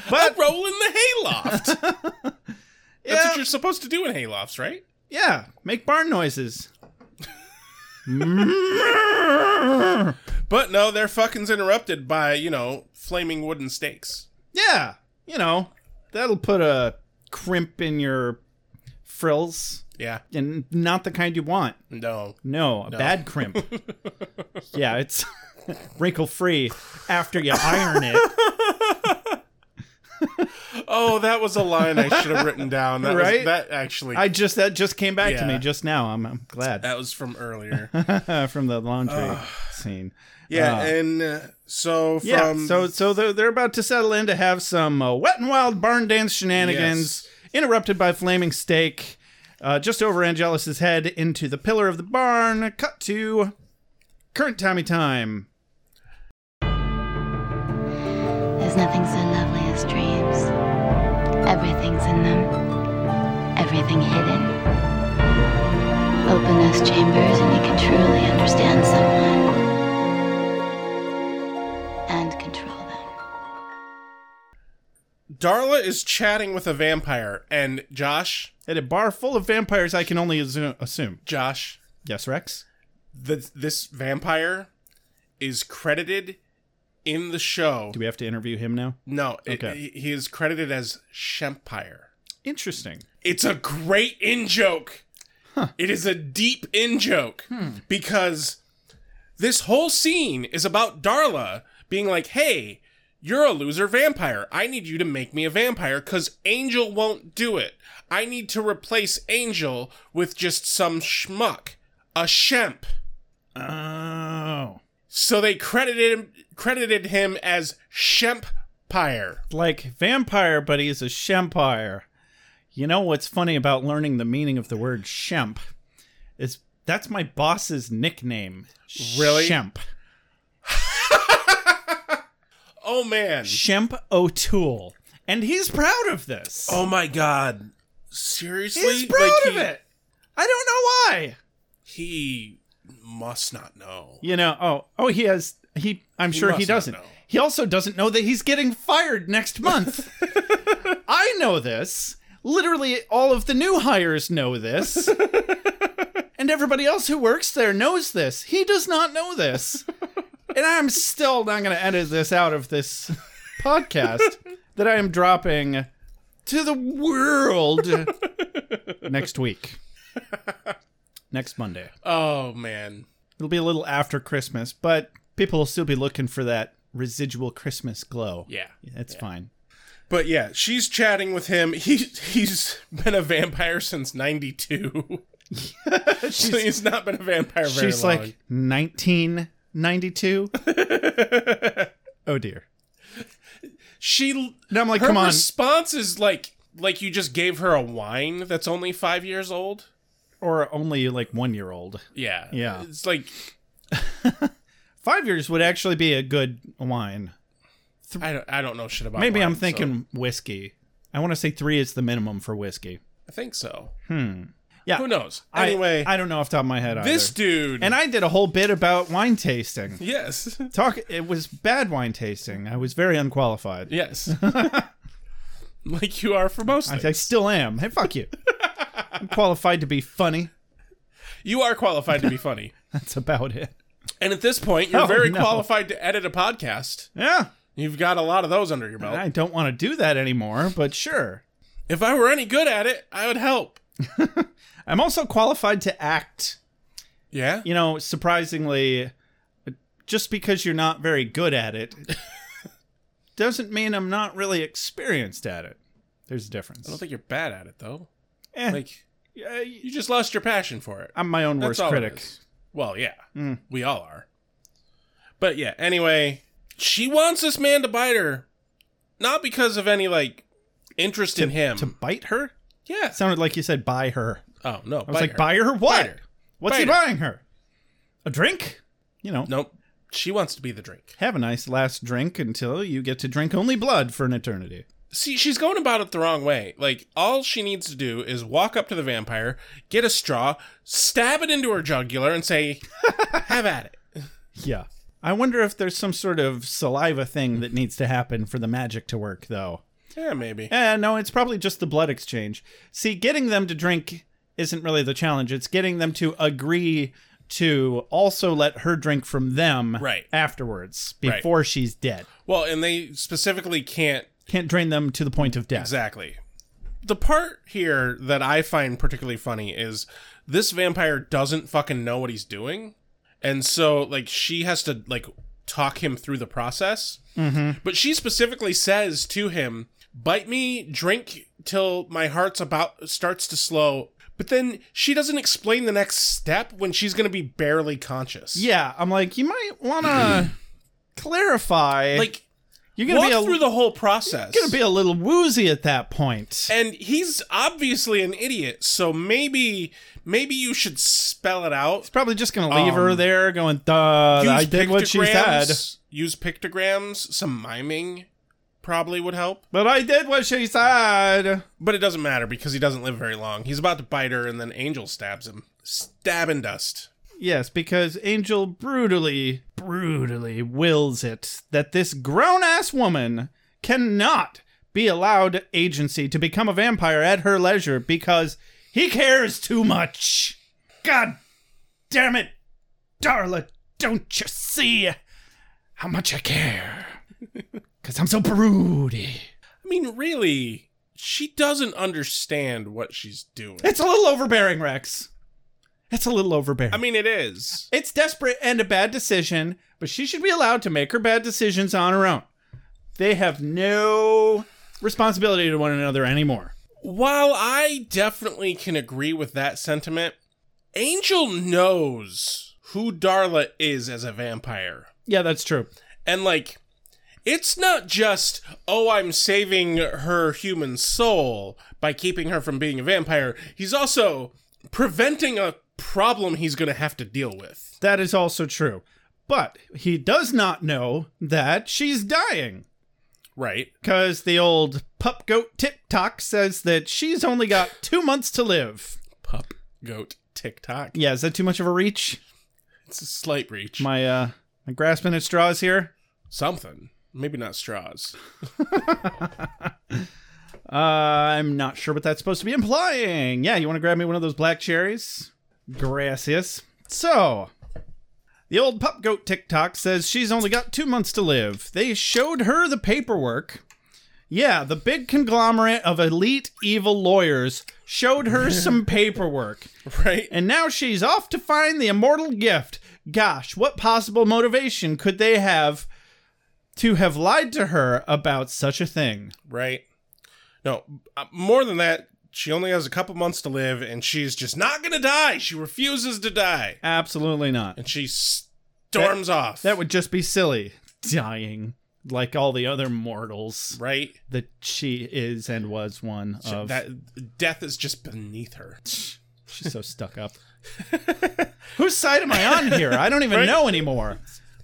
S7: But roll in the hayloft. That's
S6: Yeah.
S7: what you're supposed to do in haylofts, right?
S6: yeah. Make barn noises.
S7: But no, their fucking's interrupted by, you know, flaming wooden stakes.
S6: Yeah. You know, that'll put a crimp in your frills
S7: Yeah.
S6: and not the kind you want.
S7: No.
S6: No, a bad crimp. yeah, it's wrinkle free after you iron it.
S7: Oh, that was a line I should have written down. That was-
S6: Right?
S7: that actually
S6: I just that just came back to
S7: Yeah.
S6: me just now. I'm, I'm glad
S7: that was from earlier.
S6: from the laundry scene.
S7: Yeah,
S6: Uh,
S7: and uh, so from
S6: Yeah, so so they're, they're about to settle in to have some uh, wet and wild barn dance shenanigans, interrupted by flaming steak, uh, just over Angelus's head into the pillar of the barn. Cut to current Tommy time.
S9: There's nothing so lovely as dreams. Everything's in them, everything hidden. Open those chambers and you can truly understand someone and control them.
S7: Darla is chatting with a vampire and Josh,
S6: At a bar full of vampires, I can only assume. assume.
S7: Josh,
S6: Yes, Rex.
S7: the, this vampire is credited in the show.
S6: Do we have to interview him now?
S7: No, it,
S6: Okay.
S7: he- he is credited as Shempire.
S6: Interesting.
S7: It's a great in joke. It is a deep in joke
S6: Hmm.
S7: because this whole scene is about Darla being like, "Hey, you're a loser vampire. I need you to make me a vampire cuz Angel won't do it. I need to replace Angel with just some schmuck, a shemp."
S6: Oh.
S7: So they credited him credited him as Shempire.
S6: like vampire, but he's a shempire. You know what's funny about learning the meaning of the word shemp is that's my boss's nickname.
S7: Really?
S6: Shemp.
S7: Oh man.
S6: Shemp O'Toole. And he's proud of this.
S7: Oh my god. Seriously?
S6: he's proud
S7: Like,
S6: of
S7: he-
S6: it. I don't know why.
S7: He must not know.
S6: You know, oh, oh, he has. He, I'm sure he
S7: must not
S6: doesn't.
S7: know.
S6: He also doesn't know that he's getting fired next month. I know this. Literally, all of the new hires know this. and everybody else who works there knows this. He does not know this. and I'm still not going to edit this out of this podcast that I am dropping to the world next week. Next Monday.
S7: Oh man.
S6: It'll be a little after Christmas, but people will still be looking for that residual Christmas glow.
S7: Yeah.
S6: It's fine.
S7: But yeah, she's chatting with him. He he's been a vampire since '92. so he's not been a vampire very
S6: She's
S7: long.
S6: like 1992. oh dear.
S7: she
S6: No, I'm like,
S7: her
S6: come on.
S7: response is like like you just gave her a wine that's only five years old.
S6: Or only like one year old.
S7: Yeah,
S6: Yeah.
S7: It's like
S6: Five years would actually be a good wine.
S7: I don't I don't know shit about.
S6: Maybe
S7: wine,
S6: I'm
S7: so
S6: thinking whiskey. I want to say three is the minimum for whiskey.
S7: I think so.
S6: Yeah.
S7: Who knows?
S6: I-
S7: Anyway,
S6: I, don't know off the top of my head.
S7: this
S6: either.
S7: dude
S6: and I did a whole bit about wine tasting.
S7: yes
S6: Talk. It was bad wine tasting. I was very unqualified.
S7: yes. Like you are for most
S6: I,
S7: things.
S6: I still am. Hey, fuck you. I'm qualified to be funny.
S7: you are qualified to be funny.
S6: That's about it.
S7: And at this point, you're
S6: Oh,
S7: very
S6: no.
S7: qualified to edit a podcast.
S6: Yeah.
S7: You've got a lot of those under your belt.
S6: I don't want to do that anymore, but sure.
S7: If I were any good at it, I would help.
S6: I'm also qualified to act.
S7: Yeah?
S6: You know, surprisingly, just because you're not very good at it doesn't mean I'm not really experienced at it. There's a difference.
S7: I don't think you're bad at it, though.
S6: Eh,
S7: Like,
S6: yeah,
S7: you just lost your passion for it.
S6: I'm my own
S7: That's
S6: worst
S7: all it
S6: critic. Mm.
S7: is. Well, yeah. We all are. But yeah, anyway, she wants this man to bite her. Not because of any, like, interest in him.
S6: To bite her?
S7: yeah.
S6: Sounded like you said buy her.
S7: Oh, no.
S6: I was like, buy her what?
S7: Bite her.
S6: What's
S7: Bite
S6: he
S7: her.
S6: buying her? A drink? You know,
S7: Nope. She wants to be the drink.
S6: have a nice last drink until you get to drink only blood for an eternity.
S7: See, she's going about it the wrong way. Like, all she needs to do is walk up to the vampire, get a straw, stab it into her jugular, and say, Have at it.
S6: Yeah. I wonder if there's some sort of saliva thing that needs to happen for the magic to work, though.
S7: Yeah, maybe.
S6: Eh, no, it's probably just the blood exchange. See, getting them to drink isn't really the challenge. It's getting them to agree to also let her drink from them
S7: Right.
S6: afterwards
S7: Right.
S6: before she's dead.
S7: Well, and they specifically can't.
S6: Can't drain them to the point of death.
S7: Exactly. The part here that I find particularly funny is this vampire doesn't fucking know what he's doing. And so, like, she has to, like, talk him through the process.
S6: Mm-hmm.
S7: But she specifically says to him, "Bite me, drink till my heart's about starts to slow." But then she doesn't explain the next step when she's going to be barely conscious.
S6: Yeah, I'm like, you might want to clarify.
S7: like
S6: you're
S7: walk
S6: gonna be a,
S7: through the whole process.
S6: gonna be a little woozy at that point.
S7: and he's obviously an idiot, so maybe maybe you should spell it out.
S6: Probably just gonna leave her there, going, "Duh, I did what she said."
S7: pictograms, Use pictograms. Some miming probably would help,
S6: But I did what she said.
S7: but it doesn't matter because he doesn't live very long. He's about to bite her, and then Angel stabs him. Stab and dust.
S6: Yes, because Angel brutally, brutally wills it that this grown ass woman cannot be allowed agency to become a vampire at her leisure because he cares too much. God damn it, Darla, don't you see how much I care? Because I'm so broody.
S7: I mean, really, she doesn't understand what she's doing.
S6: It's a little overbearing, Rex. It's a little overbearing.
S7: I mean, it is.
S6: It's desperate and a bad decision, but she should be allowed to make her bad decisions on her own. They have no responsibility to one another anymore.
S7: While I definitely can agree with that sentiment, Angel knows who Darla is as a vampire.
S6: Yeah, that's true.
S7: And like it's not just, oh, I'm saving her human soul by keeping her from being a vampire. He's also preventing a problem he's going to have to deal with.
S6: That is also true. But he does not know that she's dying
S7: Right.
S6: because the old pup goat TikTok says that she's only got two months to live.
S7: Pup, goat, TikTok.
S6: Yeah, is that too much of a reach?
S7: It's a slight reach.
S6: My uh, my grasping at straws here.
S7: Something. Maybe not straws.
S6: Uh, I'm not sure what that's supposed to be implying. Yeah, you want to grab me one of those black cherries? Gracias. So, the old pup goat TikTok says she's only got two months to live. They showed her the paperwork. Yeah, the big conglomerate of elite evil lawyers showed her some paperwork.
S7: Right?
S6: And now she's off to find the immortal gift. Gosh, what possible motivation could they have to have lied to her about such a thing.
S7: Right. No, uh, more than that, she only has a couple months to live and she's just not going to die. She refuses to die.
S6: Absolutely not.
S7: And she storms off.
S6: That would just be silly. Dying like all the other mortals
S7: right?
S6: that she is and was one
S7: She-
S6: of.
S7: that death is just beneath her.
S6: She's so stuck up. Whose side am I on here? I don't even
S7: Right?
S6: know anymore.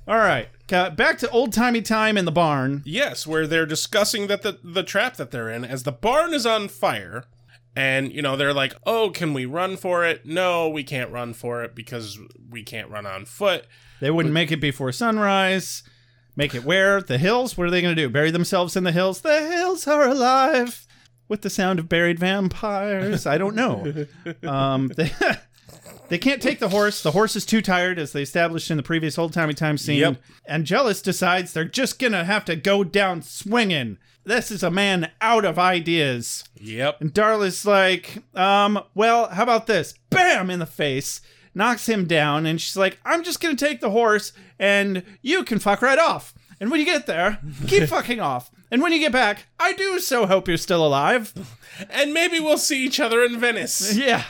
S6: All right. ca- Back to old timey time in the barn.
S7: Yes, where they're discussing that the the trap that they're in as the barn is on fire. And you know, they're like, "Oh, can we run for it?" No, we can't run for it because we can't run on foot.
S6: They wouldn't make it before sunrise. Make it where? The hills? What are they going to do? Bury themselves in the hills? The hills are alive with the sound of buried vampires. I don't know. Um, they, they can't take the horse. The horse is too tired, as they established in the previous old timey time scene.
S7: Yep.
S6: Angelus decides they're just going to have to go down swinging. This is a man out of ideas.
S7: Yep.
S6: And Darla's like, um, well, how about this? Bam in the face, knocks him down, and she's like, I'm just gonna take the horse and you can fuck right off. And when you get there, keep fucking off. And when you get back, I do so hope you're still alive.
S7: And maybe we'll see each other in Venice.
S6: Yeah.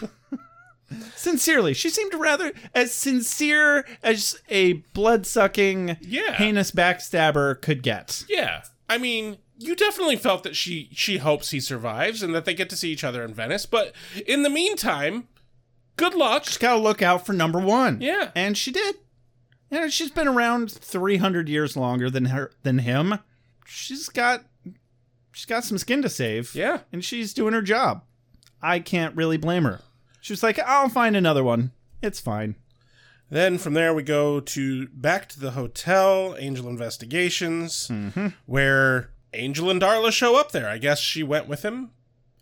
S6: Sincerely, she seemed rather as sincere as a blood sucking,
S7: Yeah.
S6: heinous backstabber could get.
S7: Yeah. I mean, you definitely felt that she she hopes he survives and that they get to see each other in Venice, but in the meantime, good luck.
S6: just gotta look out for number one.
S7: Yeah.
S6: and she did. And she's been around three hundred years longer than her than him. She's got she's got some skin to save.
S7: Yeah.
S6: and she's doing her job. I can't really blame her. She was like, "I'll find another one. It's fine."
S7: Then from there we go to back to the hotel, Angel Investigations, where Angel and Darla show up there. I guess she went with him.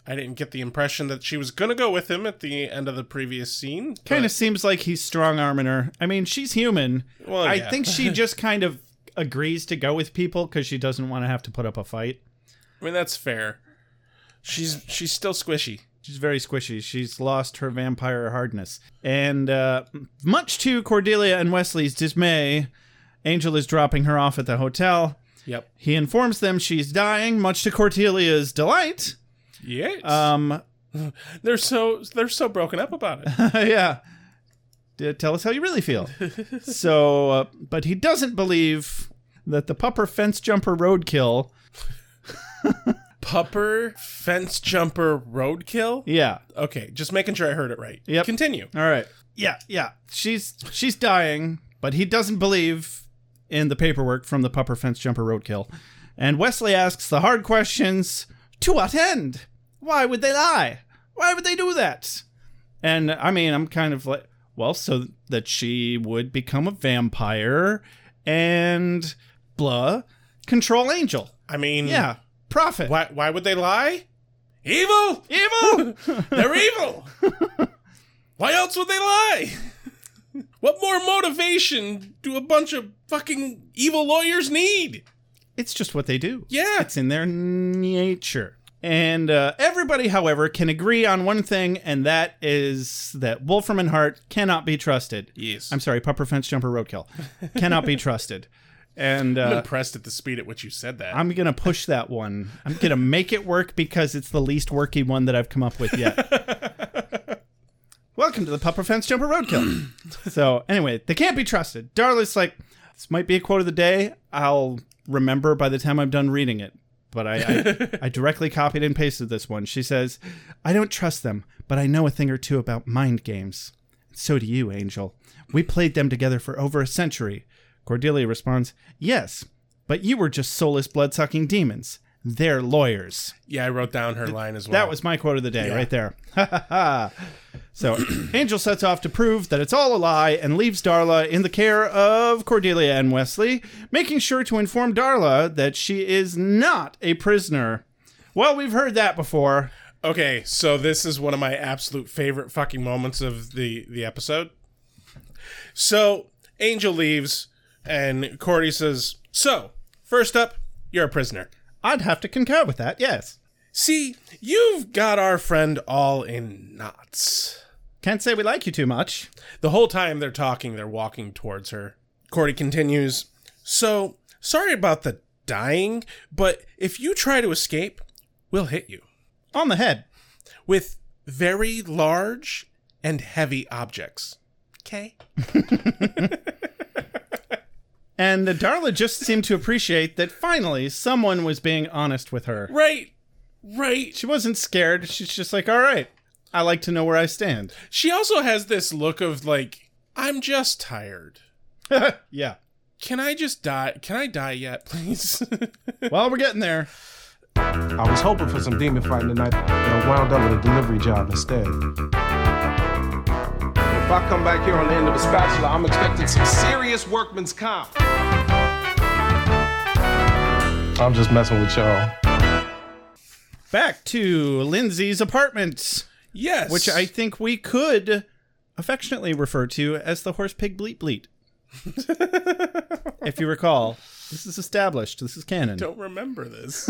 S7: I didn't get the impression that she was gonna go with him at the end of the previous scene.
S6: Kind of seems like he's strong arming her. I mean, she's human.
S7: Well,
S6: I
S7: yeah.
S6: think she just kind of agrees to go with people because she doesn't want to have to put up a fight.
S7: I mean that's fair. She's she's still squishy.
S6: She's very squishy. She's lost her vampire hardness. And uh, much to Cordelia and Wesley's dismay, Angel is dropping her off at the hotel.
S7: Yep.
S6: He informs them she's dying, much to Cordelia's delight.
S7: Yes.
S6: Um,
S7: they're so they're so broken up about it.
S6: yeah. D- Tell us how you really feel. so, uh, but he doesn't believe that the pupper fence jumper roadkill.
S7: Pupper fence jumper roadkill.
S6: Yeah.
S7: Okay, just making sure I heard it right.
S6: Yep.
S7: Continue.
S6: All right. Yeah, yeah. She's she's dying, but he doesn't believe in the paperwork from the pupper fence jumper roadkill. And Wesley asks the hard questions. To what end? Why would they lie? Why would they do that? And I mean, I'm kind of like, well, so that she would become a vampire and blah, control angel.
S7: I mean,
S6: Yeah, profit.
S7: Why why would they lie? Evil.
S6: Evil!
S7: They're evil. Why else would they lie? What more motivation do a bunch of fucking evil lawyers need?
S6: It's just what they do.
S7: Yeah.
S6: It's in their nature. And uh, everybody, however, can agree on one thing, and that is that Wolfram and Hart cannot be trusted.
S7: Yes.
S6: I'm sorry, Pupper Fence Jumper Roadkill cannot be trusted. And
S7: I'm
S6: uh,
S7: impressed at the speed at which you said that.
S6: I'm going to push that one. I'm going to make it work because it's the least worky one that I've come up with yet. Welcome to the Pupper Fence Jumper Roadkill. so, anyway, they can't be trusted. Darla's like, this might be a quote of the day. I'll remember by the time I'm done reading it. But I, I, I directly copied and pasted this one. She says, I don't trust them, but I know a thing or two about mind games. So do you, Angel. We played them together for over a century. Cordelia responds, Yes, but you were just soulless, blood sucking demons. They're lawyers.
S7: yeah, I wrote down her line as well.
S6: That was my quote of the day right there. so Angel sets off to prove that it's all a lie and leaves Darla in the care of Cordelia and Wesley, making sure to inform Darla that she is not a prisoner. Well, we've heard that before.
S7: Okay, so this is one of my absolute favorite fucking moments of the the episode. So Angel leaves, and Cordy says, "So first up, you're a prisoner.
S6: I'd have to concur with that, yes.
S7: See, you've got our friend all in knots."
S6: Can't say we like you too much.
S7: The whole time they're talking, they're walking towards her. Cordy continues, So, sorry about the dying, but if you try to escape, we'll hit you
S6: on the head.
S7: with very large and heavy objects. Okay.
S6: And Darla just seemed to appreciate that finally someone was being honest with her.
S7: Right. Right.
S6: She wasn't scared. She's just like, all right, I like to know where I stand.
S7: She also has this look of like, I'm just tired.
S6: Yeah.
S7: Can I just die? Can I die yet, please?
S6: Well, we're getting there.
S10: I was hoping for some demon fighting tonight, but I wound up with a delivery job instead. If I come back here on the end of a spatula, I'm expecting some serious workman's comp. I'm just messing with y'all.
S6: Back to Lindsay's apartment,
S7: yes.
S6: which I think we could affectionately refer to as the horse pig bleat bleat. if you recall, this is established. This is canon.
S7: don't remember this.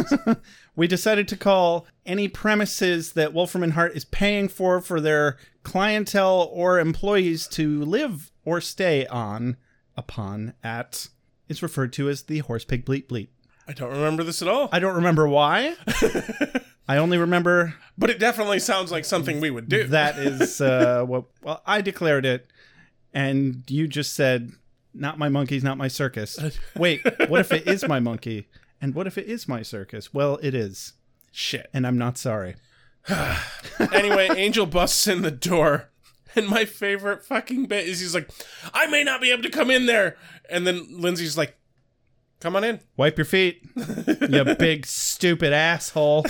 S6: we decided to call any premises that Wolfram and Hart is paying for for their clientele or employees to live or stay on, upon, at. It's referred to as the horse pig bleat bleat.
S7: I don't remember this at all.
S6: I don't remember why. I only remember
S7: But it definitely sounds like something we would do.
S6: that is uh, what. Well, I declared it, and you just said, "Not my monkeys, not my circus." Wait, what if it is my monkey? And what if it is my circus? Well, it is,
S7: shit.
S6: and I'm not sorry.
S7: Anyway, Angel busts in the door. And my favorite fucking bit is he's like, I may not be able to come in there. And then Lindsay's like, come on in.
S6: Wipe your feet, you big stupid asshole.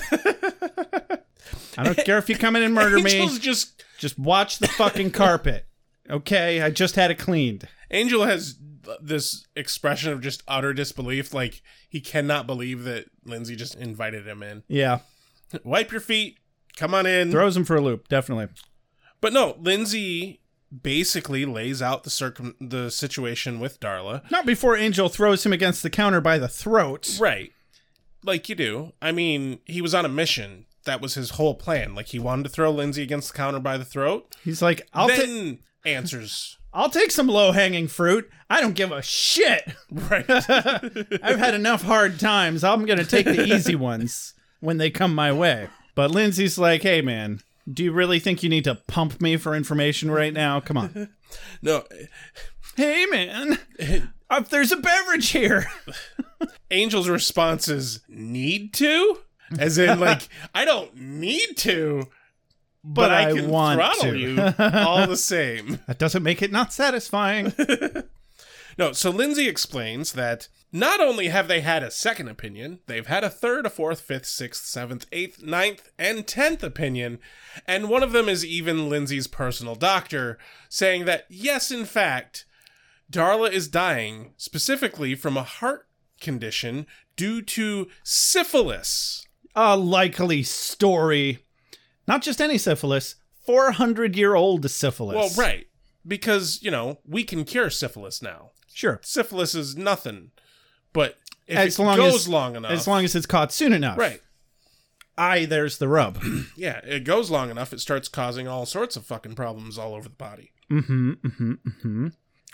S6: I don't care if you come in and murder
S7: Angel's
S6: me.
S7: just
S6: Just watch the fucking carpet. Okay, I just had it cleaned.
S7: Angel has this expression of just utter disbelief, like he cannot believe that Lindsay just invited him in.
S6: Yeah,
S7: Wipe your feet, come on in.
S6: throws him for a loop, definitely.
S7: But no, Lindsay basically lays out the circum the situation with Darla.
S6: Not before Angel throws him against the counter by the throat.
S7: Right. Like you do. I mean, he was on a mission. That was his whole plan. Like he wanted to throw Lindsay against the counter by the throat.
S6: He's like, "I'll take."
S7: then answers.
S6: I'll take some low hanging fruit. I don't give a shit.
S7: Right.
S6: I've had enough hard times. I'm going to take the easy ones when they come my way. But Lindsay's like, hey, man, do you really think you need to pump me for information right now? Come on.
S7: no.
S6: hey, man, if Uh, there's a beverage here.
S7: Angel's response is need to? As in like, I don't need to, but,
S6: But
S7: I,
S6: I
S7: can
S6: want
S7: throttle
S6: to.
S7: you all the same.
S6: That doesn't make it not satisfying.
S7: No, so Lindsay explains that not only have they had a second opinion, they've had a third, a fourth, fifth, sixth, seventh, eighth, ninth, and tenth opinion, and one of them is even Lindsay's personal doctor, saying that yes, in fact, Darla is dying specifically from a heart condition due to syphilis.
S6: a likely story. Not just any syphilis, 400 year old syphilis.
S7: Well, right. Because, you know, we can cure syphilis now.
S6: Sure.
S7: Syphilis is nothing. But if
S6: As
S7: it
S6: long
S7: goes
S6: as,
S7: long enough.
S6: As long as it's caught soon enough.
S7: right.
S6: Aye, there's the rub.
S7: Yeah, it goes long enough, it starts causing all sorts of fucking problems all over the body. Mm hmm, mm hmm, mm hmm.
S6: Mm-hmm,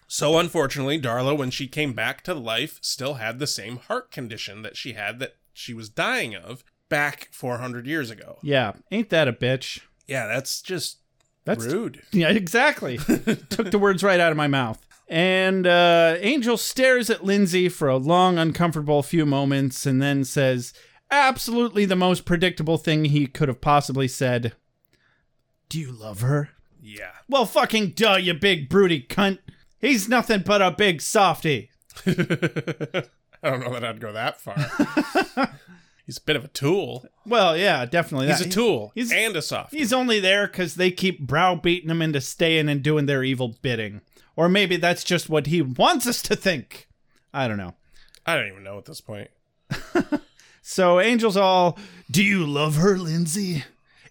S7: So, unfortunately, Darla, when she came back to life, still had the same heart condition that she had that she was dying of back 400 years ago.
S6: Yeah, ain't that a bitch?
S7: Yeah, that's just
S6: That's
S7: rude.
S6: Yeah, exactly. Took the words right out of my mouth. And uh, Angel stares at Lindsay for a long, uncomfortable few moments and then says, absolutely the most predictable thing he could have possibly said Do you love her?
S7: Yeah.
S6: Well, fucking duh, you big broody cunt. He's nothing but a big softy.
S7: I don't know that I'd go that far. He's a bit of a tool.
S6: Well, yeah, definitely.
S7: He's
S6: that.
S7: a tool
S6: He's-
S7: and a soft.
S6: He's only there because they keep browbeating him into staying and doing their evil bidding. Or maybe that's just what he wants us to think. I don't know.
S7: I don't even know at this point.
S6: So Angel's all, Do you love her, Lindsay?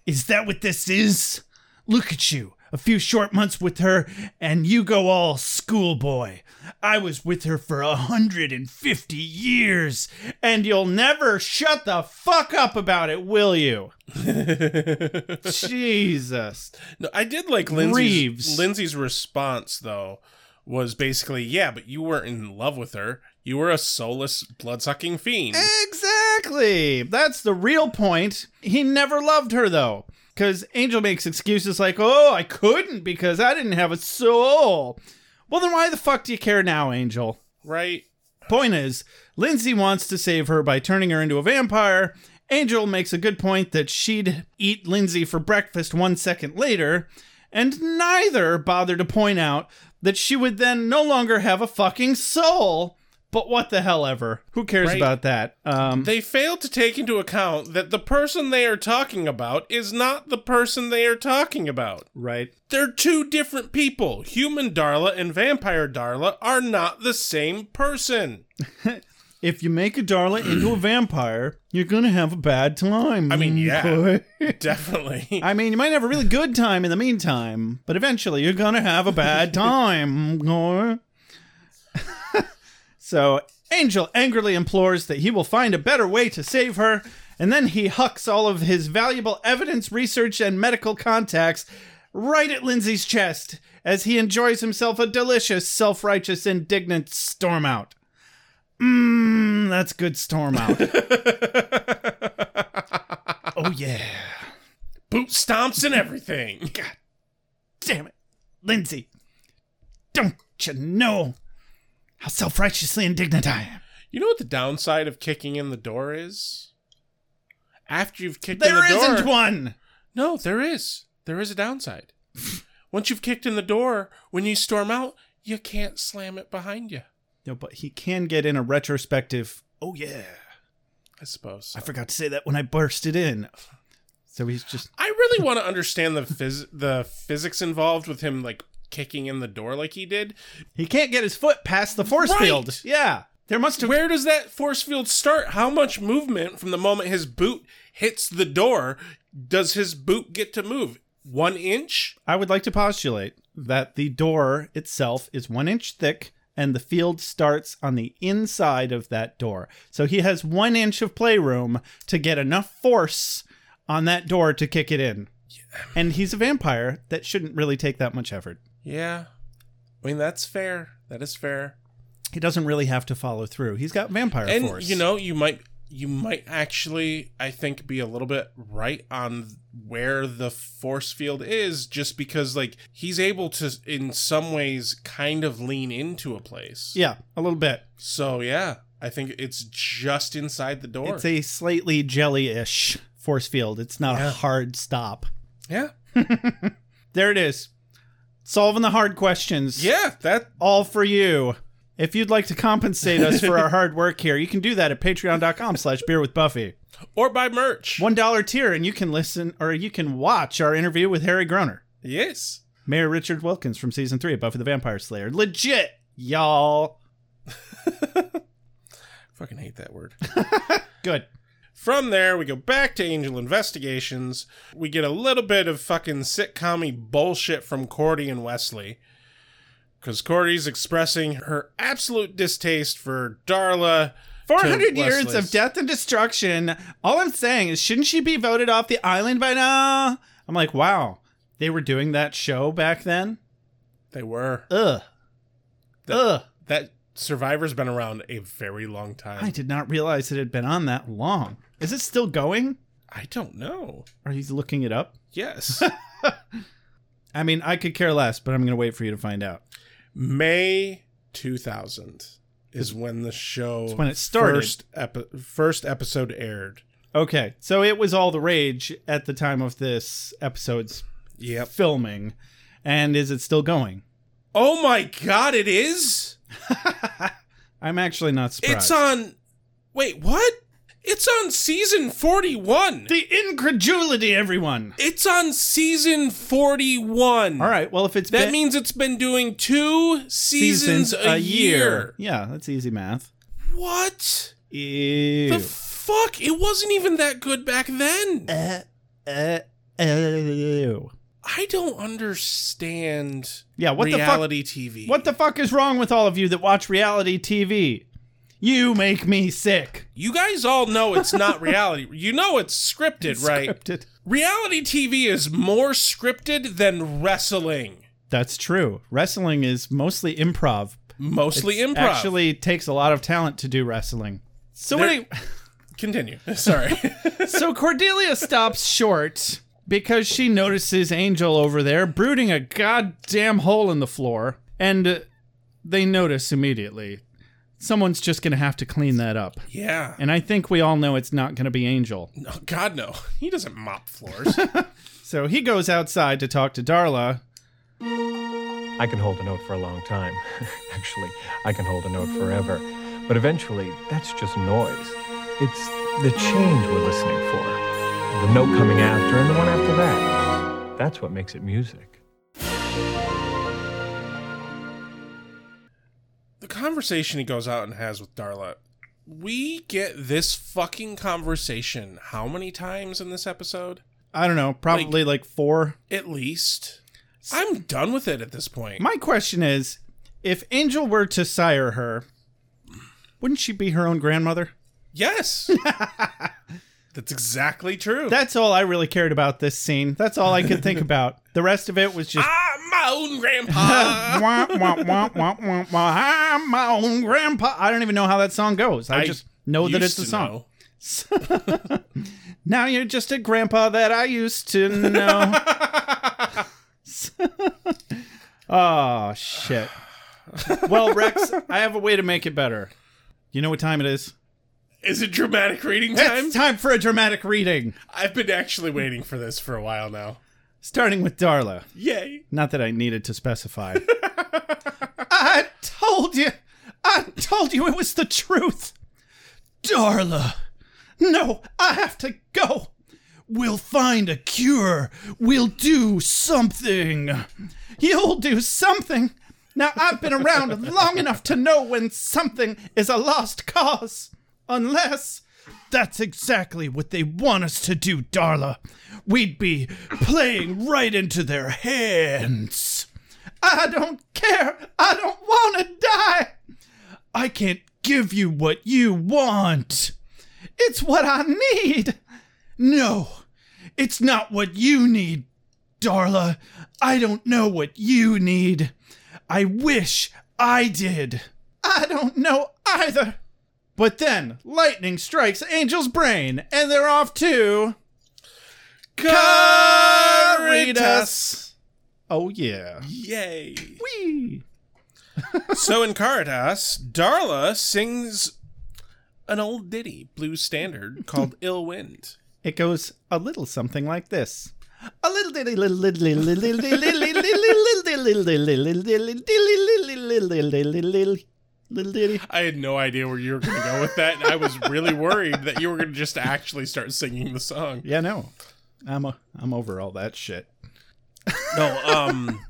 S6: Is that what this is? Look at you. A few short months with her, and you go all schoolboy. I was with her for a 150 years, and you'll never shut the fuck up about it, will you? Jesus.
S7: No, I did like Lindsay's
S6: Reeves.
S7: Lindsay's response though was basically, yeah, but you weren't in love with her. You were a soulless, bloodsucking fiend.
S6: Eh. Exactly. That's the real point. He never loved her, though. Because Angel makes excuses like, oh, I couldn't because I didn't have a soul. Well, then why the fuck do you care now, Angel?
S7: Right?
S6: Point is, Lindsay wants to save her by turning her into a vampire. Angel makes a good point that she'd eat Lindsay for breakfast one second later, and neither bother to point out that she would then no longer have a fucking soul. But what the hell ever? Who cares
S7: Right.
S6: about that? Um,
S7: They fail to take into account that the person they are talking about is not the person they are talking about.
S6: right.
S7: They're two different people. Human Darla and Vampire Darla are not the same person.
S6: If you make a Darla into a vampire, you're gonna have a bad time.
S7: I mean, yeah.
S6: boy.
S7: Definitely.
S6: I mean, you might have a really good time in the meantime, but eventually you're gonna have a bad time. boy. so Angel angrily implores that he will find a better way to save her, and then he hucks all of his valuable evidence, research, and medical contacts right at Lindsay's chest as he enjoys himself a delicious, self-righteous, indignant storm out. Mmm, that's good storm out. oh yeah.
S7: Boot stomps and everything.
S6: Damn it, Lindsay. Don't you know how self righteously indignant I am?
S7: You know what the downside of kicking in the door is? After you've kicked in
S6: There
S7: the door.
S6: not one.
S7: No, there is. There is a downside. Once you've kicked in the door, when you storm out, you can't slam it behind you.
S6: No, but he can get in a retrospective. Oh, yeah.
S7: I suppose. so.
S6: I forgot to say that when I bursted in. So he's just.
S7: I really want to understand the phys- the physics involved with him like kicking in the door like he did.
S6: He can't get his foot past the force
S7: Right.
S6: field. Yeah. There must have.
S7: Where does that force field start? How much movement from the moment his boot hits the door does his boot get to move? One inch?
S6: I would like to postulate that the door itself is one inch thick and the field starts on the inside of that door. So he has one inch of playroom to get enough force on that door to kick it in. And he's a vampire that shouldn't really take that much effort.
S7: Yeah. I mean that's fair. That is fair.
S6: He doesn't really have to follow through. He's got vampire
S7: and
S6: force.
S7: you know you might you might actually i think be a little bit right on where the force field is just because like he's able to in some ways kind of lean into a place
S6: Yeah, a little bit.
S7: so yeah i think it's just inside the door
S6: It's a slightly jelly-ish force field. It's not a
S7: Yeah.
S6: hard stop.
S7: yeah
S6: There it is. Solving the hard questions.
S7: yeah that
S6: all for you. If you'd like to compensate us for our hard work here, you can do that at patreon.com slash beer with Buffy.
S7: or by merch
S6: One dollar tier and you can listen or you can watch our interview with Harry Groner.
S7: yes
S6: Mayor Richard Wilkins from season three of Buffy the Vampire Slayer. Legit, y'all.
S7: fucking hate that word
S6: Good.
S7: From there, we go back to Angel Investigations. We get a little bit of fucking sitcom bullshit from Cordy and Wesley. Because Cordy's expressing her absolute distaste for Darla. to
S6: 400 years
S7: Wesley's.
S6: of death and destruction. All I'm saying is, shouldn't she be voted off the island by now? I'm like, wow, they were doing that show back then?
S7: They were.
S6: Ugh.
S7: That-
S6: Ugh.
S7: That Survivor's been around a very long time.
S6: I did not realize it had been on that long. Is it still going?
S7: I don't know.
S6: Are you looking it up?
S7: Yes.
S6: I mean, I could care less, but I'm going to wait for you to find out.
S7: May 2000 is when the show
S6: It's when it started.
S7: first, epi- first episode aired
S6: Okay, so it was all the rage at the time of this episode's
S7: yep
S6: filming, and is it still going?
S7: oh my god it is
S6: I'm actually not surprised.
S7: It's on. Wait, what? It's on season 41.
S6: the incredulity, everyone.
S7: It's on season 41.
S6: All right, well, if it's
S7: That
S6: been
S7: means it's been doing two seasons, a, year.
S6: yeah, that's easy math.
S7: What?
S6: Ew.
S7: The fuck? It wasn't even that good back then.
S6: Uh, ew.
S7: I don't understand
S6: Yeah, what the fuck-
S7: reality TV.
S6: What the fuck is wrong with all of you that watch reality TV? You make me sick.
S7: You guys all know it's not reality. You know it's scripted, right?
S6: Scripted.
S7: Reality TV is more scripted than wrestling.
S6: That's true. Wrestling is mostly improv.
S7: Mostly
S6: It's
S7: improv.
S6: Actually, takes a lot of talent to do wrestling. So
S7: There-
S6: any,
S7: Continue. Sorry.
S6: so Cordelia stops short because she notices Angel over there brooding a goddamn hole in the floor, and uh, they notice immediately. Someone's just gonna have to clean that up,
S7: yeah.
S6: and I think we all know it's not gonna be Angel.
S7: No, God, no. He doesn't mop floors.
S6: So he goes outside to talk to Darla.
S11: I can hold a note for a long time. Actually, I can hold a note forever. But eventually, that's just noise. It's the change we're listening for. The note coming after and the one after that. That's what makes it music.
S7: the conversation he goes out and has with Darla. We get this fucking conversation how many times in this episode?
S6: I don't know, probably like four.
S7: At least. I'm done with it at this point.
S6: My question is, if Angel were to sire her, wouldn't she be her own grandmother?
S7: Yes. That's exactly true.
S6: That's all I really cared about this scene. That's all I could think about. The rest of it was just
S7: I'm Ah, my own grandpa.
S6: wah, wah, wah, wah, wah, wah, I'm my own grandpa. I don't even know how that song goes. I,
S7: I
S6: just know that it's
S7: used
S6: the
S7: to
S6: song.
S7: know.
S6: Now you're just a grandpa that I used to know. oh shit. Well, Rex, I have a way to make it better. You know what time it is?
S7: Is it dramatic reading time?
S6: It's time for a dramatic reading,
S7: I've been actually waiting for this for a while now.
S6: starting with Darla.
S7: Yay.
S6: Not that I needed to specify. I told you. I told you it was the truth. Darla. No, I have to go. We'll find a cure. We'll do something. You'll do something. Now, I've been around long enough to know when something is a lost cause. Unless. That's exactly what they want us to do, Darla. We'd be playing right into their hands. I don't care. I don't want to die. I can't give you what you want. It's what I need. No, it's not what you need, Darla. I don't know what you need. I wish I did. I don't know either. But then lightning strikes Angel's brain, and they're off to Caritas. Oh yeah!
S7: Yay.
S6: Whee!
S7: so in Caritas, Darla sings an old ditty, blues standard, called Ill Wind.
S6: It goes a little something like this. A little dilly little dilly little dilly little dilly little dilly little dilly little dilly little dilly little dilly little dilly.
S7: I had no idea where you were going to go with that, and I was really worried that you were going to just actually start singing the song.
S6: Yeah, no, I'm a, I'm over all that shit.
S7: No, um,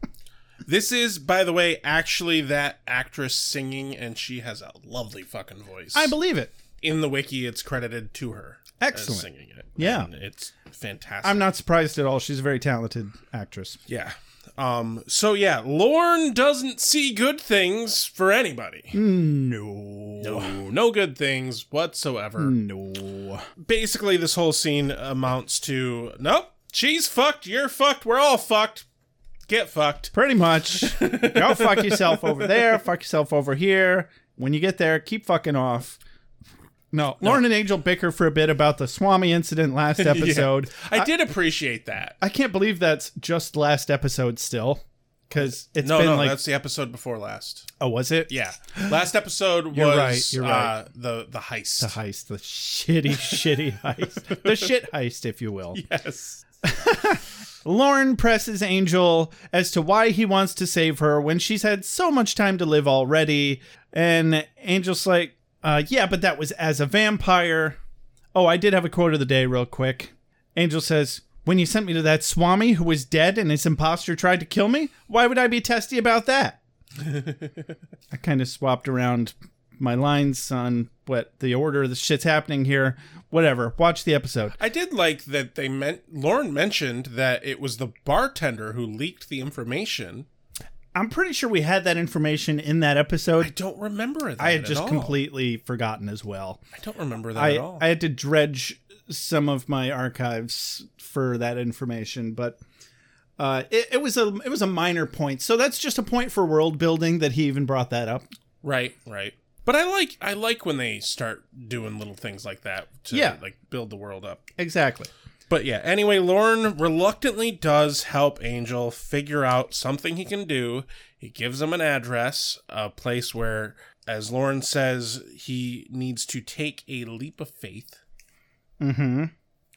S7: this is, by the way, actually that actress singing, and she has a lovely fucking voice.
S6: I believe it.
S7: in the wiki, it's credited to her. as
S6: Excellent.
S7: singing it.
S6: Yeah.
S7: And it's fantastic.
S6: I'm not surprised at all. She's a very talented actress.
S7: Yeah. Um. So yeah, Lorne doesn't see good things for anybody.
S6: Mm. No,
S7: No, no good things whatsoever.
S6: Mm. no.
S7: Basically, this whole scene amounts to nope. She's fucked. You're fucked. We're all fucked. Get fucked.
S6: Pretty much. Go fuck yourself over there. Fuck yourself over here. When you get there, keep fucking off. No, Lauren and Angel bicker for a bit about the Swami incident last episode.
S7: I did appreciate that.
S6: I can't believe that's just last episode still. Because it's
S7: no,
S6: been
S7: no,
S6: like,
S7: that's the episode before last.
S6: oh, was it?
S7: Yeah, last episode
S6: You're
S7: was
S6: right, you're right.
S7: Uh, the the heist.
S6: The heist, the shitty, shitty heist. The shit heist, if you will.
S7: Yes.
S6: Lauren presses Angel as to why he wants to save her when she's had so much time to live already. And Angel's like, uh, yeah, but that was as a vampire. Oh, I did have a quote of the day, real quick. Angel says, When you sent me to that Swami who was dead and his imposter tried to kill me, why would I be testy about that? I kind of swapped around my lines on what the order of the shit's happening here. Whatever. Watch the episode.
S7: I did like that they meant Lauren mentioned that it was the bartender who leaked the information.
S6: I'm pretty sure we had that information in that episode.
S7: I don't remember that.
S6: I had
S7: at
S6: just
S7: all.
S6: completely forgotten as well.
S7: I don't remember that
S6: I,
S7: at all.
S6: I had to dredge some of my archives for that information, but Uh, it, it was a it was a minor point, so that's just a point for world building that he even brought that up.
S7: Right, right. But I like I like when they start doing little things like that to
S6: Yeah.
S7: like build the world up.
S6: Exactly.
S7: But yeah, anyway, Lauren reluctantly does help Angel figure out something he can do. He gives him an address, a place where, as Lauren says, he needs to take a leap of faith,
S6: Mm-hmm.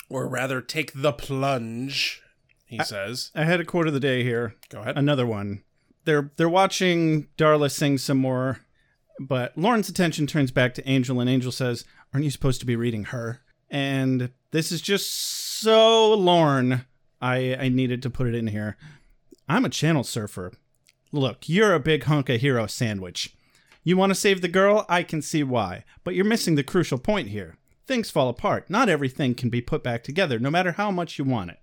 S7: or rather, take the plunge, he says.
S6: I had a quote of the day here.
S7: Go ahead.
S6: Another one. They're they're watching Darla sing some more, but Lauren's attention turns back to Angel, and Angel says, "Aren't you supposed to be reading her?" And this is just so Lauren. I I needed to put it in here. I'm a channel surfer. Look, you're a big hunk of hero sandwich. You want to save the girl? I can see why. But you're missing the crucial point here. Things fall apart. Not everything can be put back together, no matter how much you want it.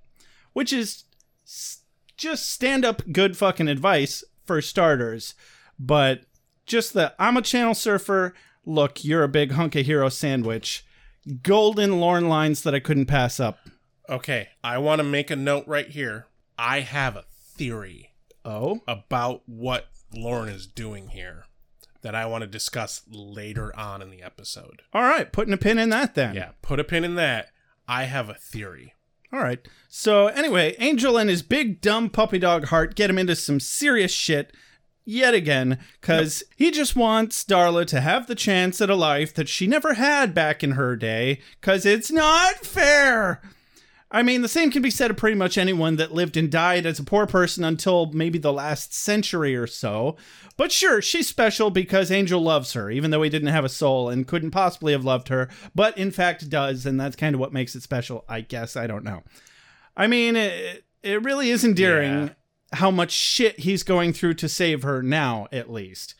S6: Which is s- just stand up good fucking advice for starters. But just the I'm a channel surfer. Look, you're a big hunk of hero sandwich. Golden Lorne lines that I couldn't pass up.
S7: Okay, I want to make a note right here. I have a theory
S6: Oh?
S7: about what Lauren is doing here that I want to discuss later on in the episode.
S6: All right, putting a pin in that then.
S7: Yeah, put a pin in that. I have a theory.
S6: All right. So anyway, Angel and his big dumb puppy dog heart get him into some serious shit yet again cuz he just wants Darla to have the chance at a life that she never had back in her day cuz it's not fair. I mean, the same can be said of pretty much anyone that lived and died as a poor person until maybe the last century or so. But sure, she's special because Angel loves her, even though he didn't have a soul and couldn't possibly have loved her, but in fact does, and that's kind of what makes it special, I guess. I don't know. I mean, it, it really is endearing how much shit he's going through to save her now, at least.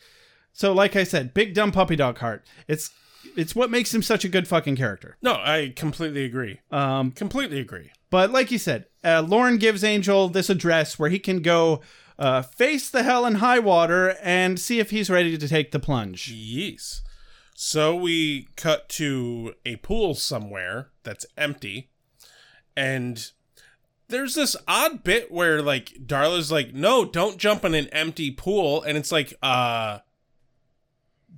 S6: So, like I said, big dumb puppy dog heart. It's it's what makes him such a good fucking character.
S7: No, I completely agree.
S6: Um,
S7: completely agree.
S6: But like you said, uh, Lauren gives Angel this address where he can go uh, face the hell in high water and see if he's ready to take the plunge.
S7: Yes. So we cut to a pool somewhere that's empty, and there's this odd bit where like Darla's like, "No, don't jump in an empty pool," and it's like, "Uh,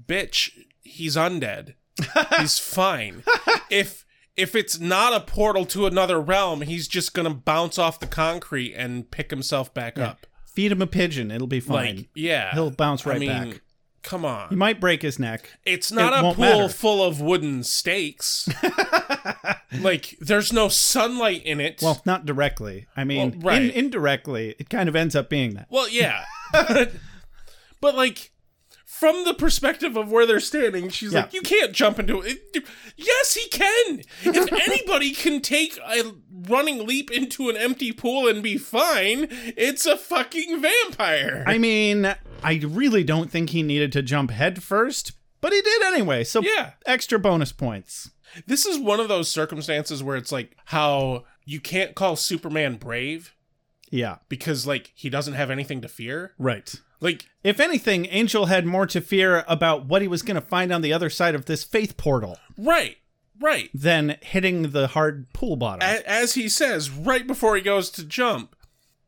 S7: bitch, he's undead. he's fine. If." If it's not a portal to another realm, he's just gonna bounce off the concrete and pick himself back up.
S6: Feed him a pigeon; it'll be fine.
S7: Like, yeah,
S6: he'll bounce
S7: I
S6: right
S7: mean,
S6: back.
S7: Come on,
S6: He might break his neck.
S7: it's
S6: It
S7: not a
S6: won't
S7: pool
S6: matter.
S7: full of wooden stakes. like there's no sunlight in it.
S6: Well, not directly. I mean,
S7: Well, right.
S6: in, indirectly, it kind of ends up being that.
S7: Well, yeah. but, but, like from the perspective of where they're standing, she's
S6: Yeah.
S7: like, "You can't jump into it." Yes, he can. If anybody can take a running leap into an empty pool and be fine, it's a fucking vampire.
S6: I mean, I really don't think he needed to jump head first, but he did anyway. So
S7: Yeah.
S6: extra bonus points.
S7: This is one of those circumstances where it's like how you can't call Superman brave
S6: Yeah,
S7: because like he doesn't have anything to fear.
S6: right.
S7: Like
S6: If anything, Angel had more to fear about what he was going to find on the other side of this faith portal
S7: Right, right.
S6: than hitting the hard pool bottom.
S7: A- as he says right before he goes to jump,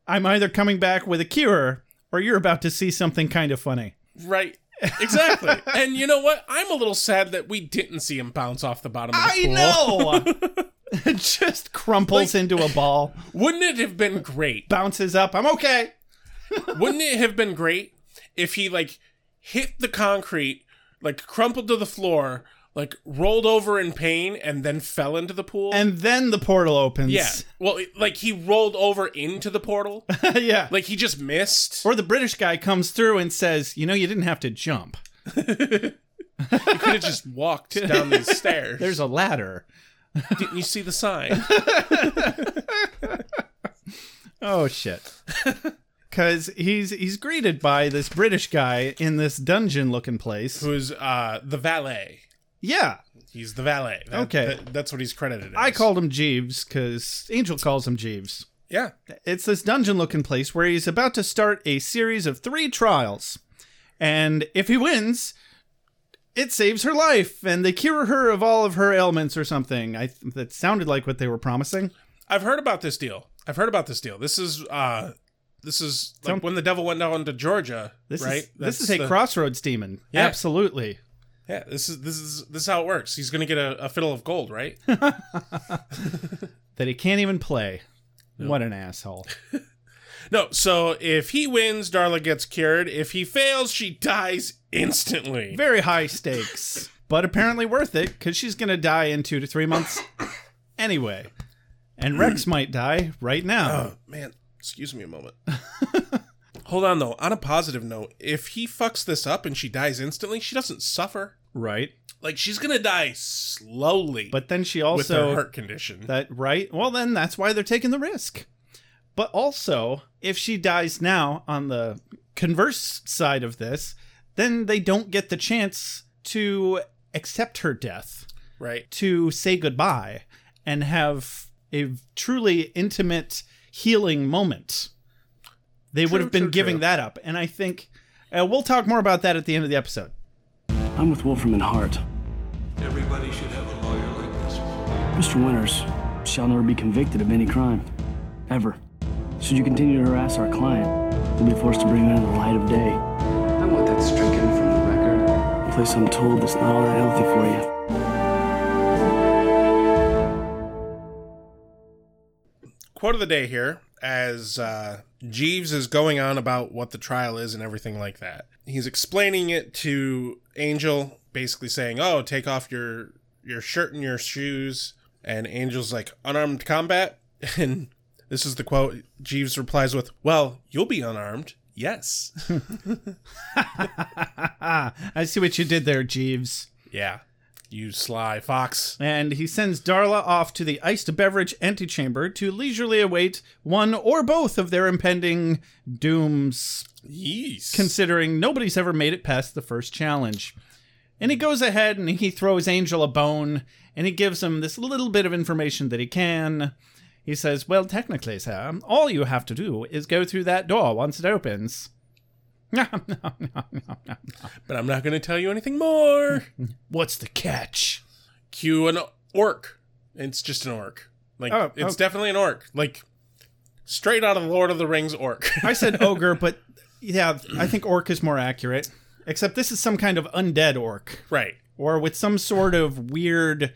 S6: I'm either coming back with a cure or you're about to see something kind of funny.
S7: right. Exactly. and you know what? I'm a little sad that we didn't see him bounce off the bottom of the pool.
S6: it just crumples into a ball,
S7: Wouldn't it have been great?
S6: bounces up. I'm okay.
S7: Wouldn't it have been great if he like hit the concrete, like crumpled to the floor, like rolled over in pain and then fell into the pool?
S6: And then the portal opens.
S7: yeah. Well, it- like he rolled over into the portal.
S6: yeah.
S7: like he just missed.
S6: Or the British guy comes through and says, "You know, you didn't have to jump.
S7: He could have just walked down these stairs.
S6: There's a ladder."
S7: Didn't you see the sign?
S6: Oh shit. Cuz he's he's greeted by this British guy in this dungeon looking place.
S7: who's uh the valet.
S6: Yeah.
S7: He's the valet. That-
S6: Okay.
S7: that- that's what he's credited. As.
S6: I called him Jeeves cuz Angel calls him Jeeves.
S7: Yeah.
S6: It's this dungeon looking place where he's about to start a series of 3 trials. And if he wins, it saves her life and they cure her of all of her ailments or something. I that sounded like what they were promising.
S7: I've heard about this deal. I've heard about this deal. This is uh this is like Some, when the devil went down to Georgia,
S6: this
S7: right?
S6: Is, this is a the, crossroads demon. Yeah. Absolutely.
S7: Yeah, this is this is this is how it works. He's gonna get a, a fiddle of gold, right?
S6: that he can't even play. Nope. What an asshole.
S7: no, so if he wins, Darla gets cured. If he fails, she dies instantly.
S6: Very high stakes. but apparently worth it, because she's gonna die in two to three months anyway. And Rex might die right now.
S7: Oh, man. Excuse me a moment. Hold on, though. On a positive note, if he fucks this up and she dies instantly, she doesn't suffer.
S6: Right.
S7: Like, she's going to die slowly.
S6: But then she also. With her
S7: heart condition.
S6: That, right. Well, then that's why they're taking the risk. But also, if she dies now on the converse side of this, then they don't get the chance to accept her death.
S7: Right.
S6: To say goodbye and have a truly intimate healing moment. They true, would have been true, giving true. that up. And I think uh, we'll talk more about that at the end of the episode.
S12: I'm with Wolfram and Hart.
S13: Everybody should have a lawyer like this.
S12: Mr. Winters shall never be convicted of any crime. Ever. Should you continue to harass our client, we'll be forced to bring him to the light of day.
S13: I want that stricken from the record.
S12: A place I'm told that's not all that healthy for you.
S7: quote of the day here as uh, Jeeves is going on about what the trial is and everything like that. He's explaining it to Angel, basically saying, "Oh, take off your your shirt and your shoes." And Angel's like, "Unarmed combat." And this is the quote. Jeeves replies with, "Well, you'll be unarmed." Yes.
S6: Ah, I see what you did there, Jeeves.
S7: Yeah. You sly fox.
S6: And he sends Darla off to the iced beverage antechamber to leisurely await one or both of their impending dooms.
S7: Yeesh.
S6: Considering nobody's ever made it past the first challenge. And he goes ahead and he throws Angel a bone and he gives him this little bit of information that he can. He says, Well, technically, sir, all you have to do is go through that door once it opens.
S7: No, no, no, no, no. But I'm not going to tell you anything more.
S6: What's the catch?
S7: Cue an orc. It's just an orc. Like oh, it's okay. definitely an orc. Like straight out of Lord of the Rings orc.
S6: I said ogre, but yeah, I think orc is more accurate. Except this is some kind of undead orc,
S7: right?
S6: Or with some sort of weird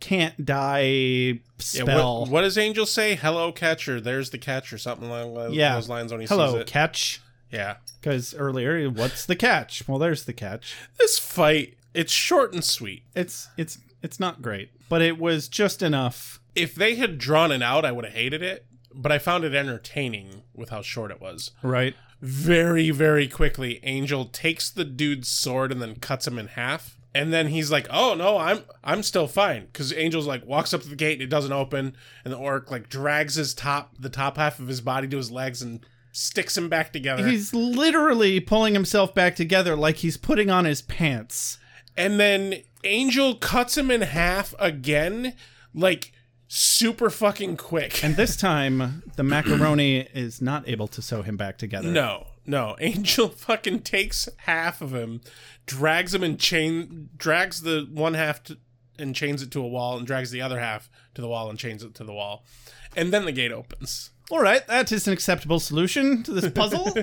S6: can't die spell. Yeah,
S7: what, what, does Angel say? Hello, catcher. There's the catcher. Something along yeah. those lines when he
S6: Hello,
S7: sees it.
S6: catch.
S7: Yeah.
S6: Because earlier, what's the catch? Well, there's the catch.
S7: This fight, it's short and sweet.
S6: It's it's it's not great, but it was just enough.
S7: If they had drawn it out, I would have hated it, but I found it entertaining with how short it was.
S6: Right.
S7: Very, very quickly, Angel takes the dude's sword and then cuts him in half. And then he's like, "Oh no, I'm I'm still fine." Because Angel's like walks up to the gate, and it doesn't open, and the orc like drags his top, the top half of his body to his legs, and sticks him back together.
S6: He's literally pulling himself back together like he's putting on his pants.
S7: And then Angel cuts him in half again, like super fucking quick.
S6: And this time, the macaroni is not able to sew him back together.
S7: No, no. Angel fucking takes half of him, drags him and chain, drags the one half to, and chains it to a wall, and drags the other half to the wall and chains it to the wall. And then the gate opens.
S6: All right, that is an acceptable solution to this puzzle.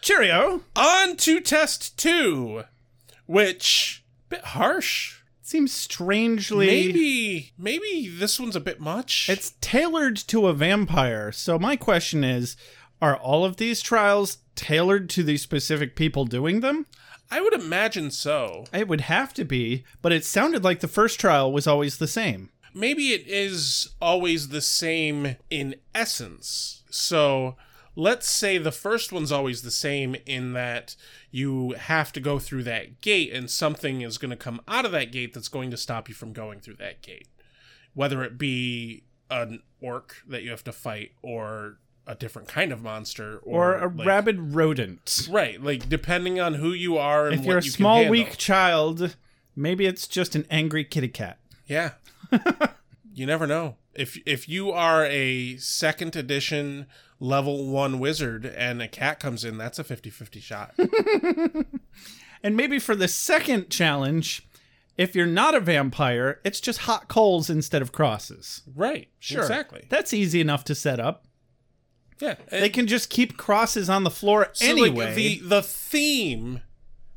S6: Cheerio.
S7: On to test two, which bit harsh.
S6: Seems strangely
S7: maybe maybe this one's a bit much.
S6: It's tailored to a vampire. So my question is, are all of these trials tailored to the specific people doing them?
S7: I would imagine so.
S6: It would have to be, but it sounded like the first trial was always the same
S7: maybe it is always the same in essence. So let's say the first one's always the same in that you have to go through that gate and something is going to come out of that gate that's going to stop you from going through that gate. Whether it be an orc that you have to fight or a different kind of monster
S6: or, or a like, rabid rodent.
S7: Right, like depending on who you are
S6: If you're a
S7: you
S6: small weak child, maybe it's just an angry kitty cat.
S7: Yeah. you never know. If if you are a second edition level 1 wizard and a cat comes in, that's a 50/50 shot.
S6: and maybe for the second challenge, if you're not a vampire, it's just hot coals instead of crosses.
S7: Right. Sure. Exactly.
S6: That's easy enough to set up.
S7: Yeah,
S6: they can just keep crosses on the floor
S7: So, like,
S6: anyway.
S7: the the theme,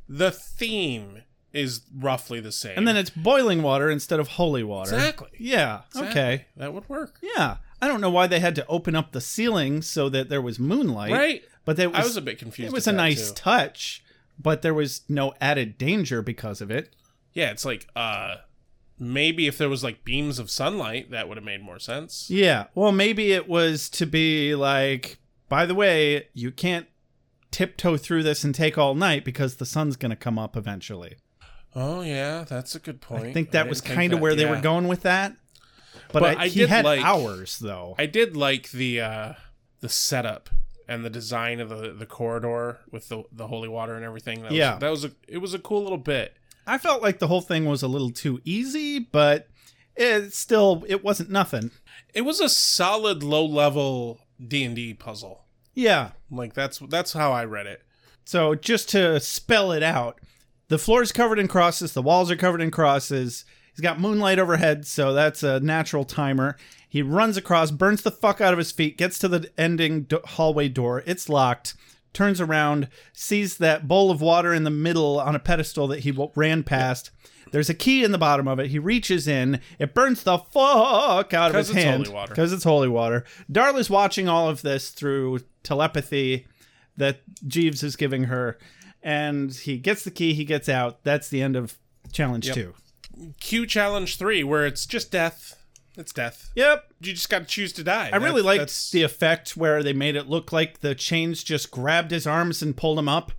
S7: the theme is roughly the same.
S6: and then it's boiling water instead of holy water.
S7: Exactly.
S6: Yeah.
S7: Exactly.
S6: Okay.
S7: that would work.
S6: Yeah. I don't know why they had to open up the ceiling so that there was moonlight.
S7: Right.
S6: But that
S7: I
S6: was,
S7: was a bit confused
S6: It was
S7: at
S6: a
S7: that,
S6: nice
S7: too.
S6: touch, but there was no added danger because of it.
S7: Yeah, it's like uh, maybe if there was like beams of sunlight, that would have made more sense.
S6: Yeah. Well, maybe it was to be like, by the way, you can't tiptoe through this and take all night because the sun's going to come up eventually.
S7: Oh yeah, that's a good point.
S6: I think that
S7: didn't
S6: was
S7: think
S6: kind of
S7: that-
S6: where they were
S7: yeah.
S6: going with that. But, I, he had hours though.
S7: I did like the uh, the setup and the design of the, the corridor with the the holy water and everything. That
S6: Yeah.
S7: was, that was a it was a cool little bit.
S6: I felt like the whole thing was a little too easy, but it still it wasn't nothing.
S7: It was a solid low level D and D puzzle.
S6: Yeah.
S7: Like that's that's how I read it.
S6: So just to spell it out, the floor is covered in crosses, the walls are covered in crosses. He's got moonlight overhead, so that's a natural timer. He runs across, burns the fuck out of his feet, gets to the ending do- hallway door. It's locked. Turns around, sees that bowl of water in the middle on a pedestal that he w- ran past. There's a key in the bottom of it. He reaches in. It burns the fuck out of
S7: 'Cause
S6: his
S7: it's
S6: hand
S7: holy water.
S6: because it's holy water. Darla's watching all of this through telepathy that Jeeves is giving her, and he gets the key. He gets out. That's the end of challenge
S7: Yep.
S6: two.
S7: Q challenge three where it's just death. It's death.
S6: Yep.
S7: You just got to choose to die.
S6: I really
S7: That's-
S6: liked
S7: that's-
S6: the effect where they made it look like the chains just grabbed his arms and pulled him up.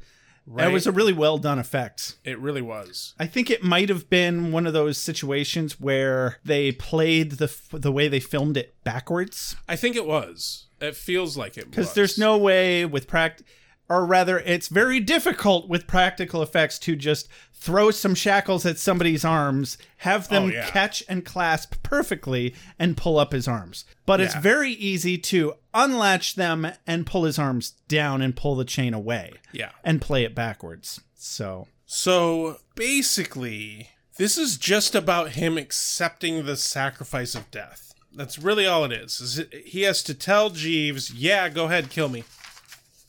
S6: That
S7: Right.
S6: was a really well done effect.
S7: It really was.
S6: I think it might have been one of those situations where they played the f- the way they filmed it backwards.
S7: I think it was. It feels like it
S6: because
S7: was.
S6: there's no way with pract or rather it's very difficult with practical effects to just throw some shackles at somebody's arms have them
S7: Oh, yeah.
S6: catch and clasp perfectly and pull up his arms but it's
S7: Yeah.
S6: very easy to unlatch them and pull his arms down and pull the chain away
S7: Yeah.
S6: and play it backwards so
S7: So basically, this is just about him accepting the sacrifice of death. That's really all it is. is it, he has to tell Jeeves, "Yeah, go ahead, kill me,"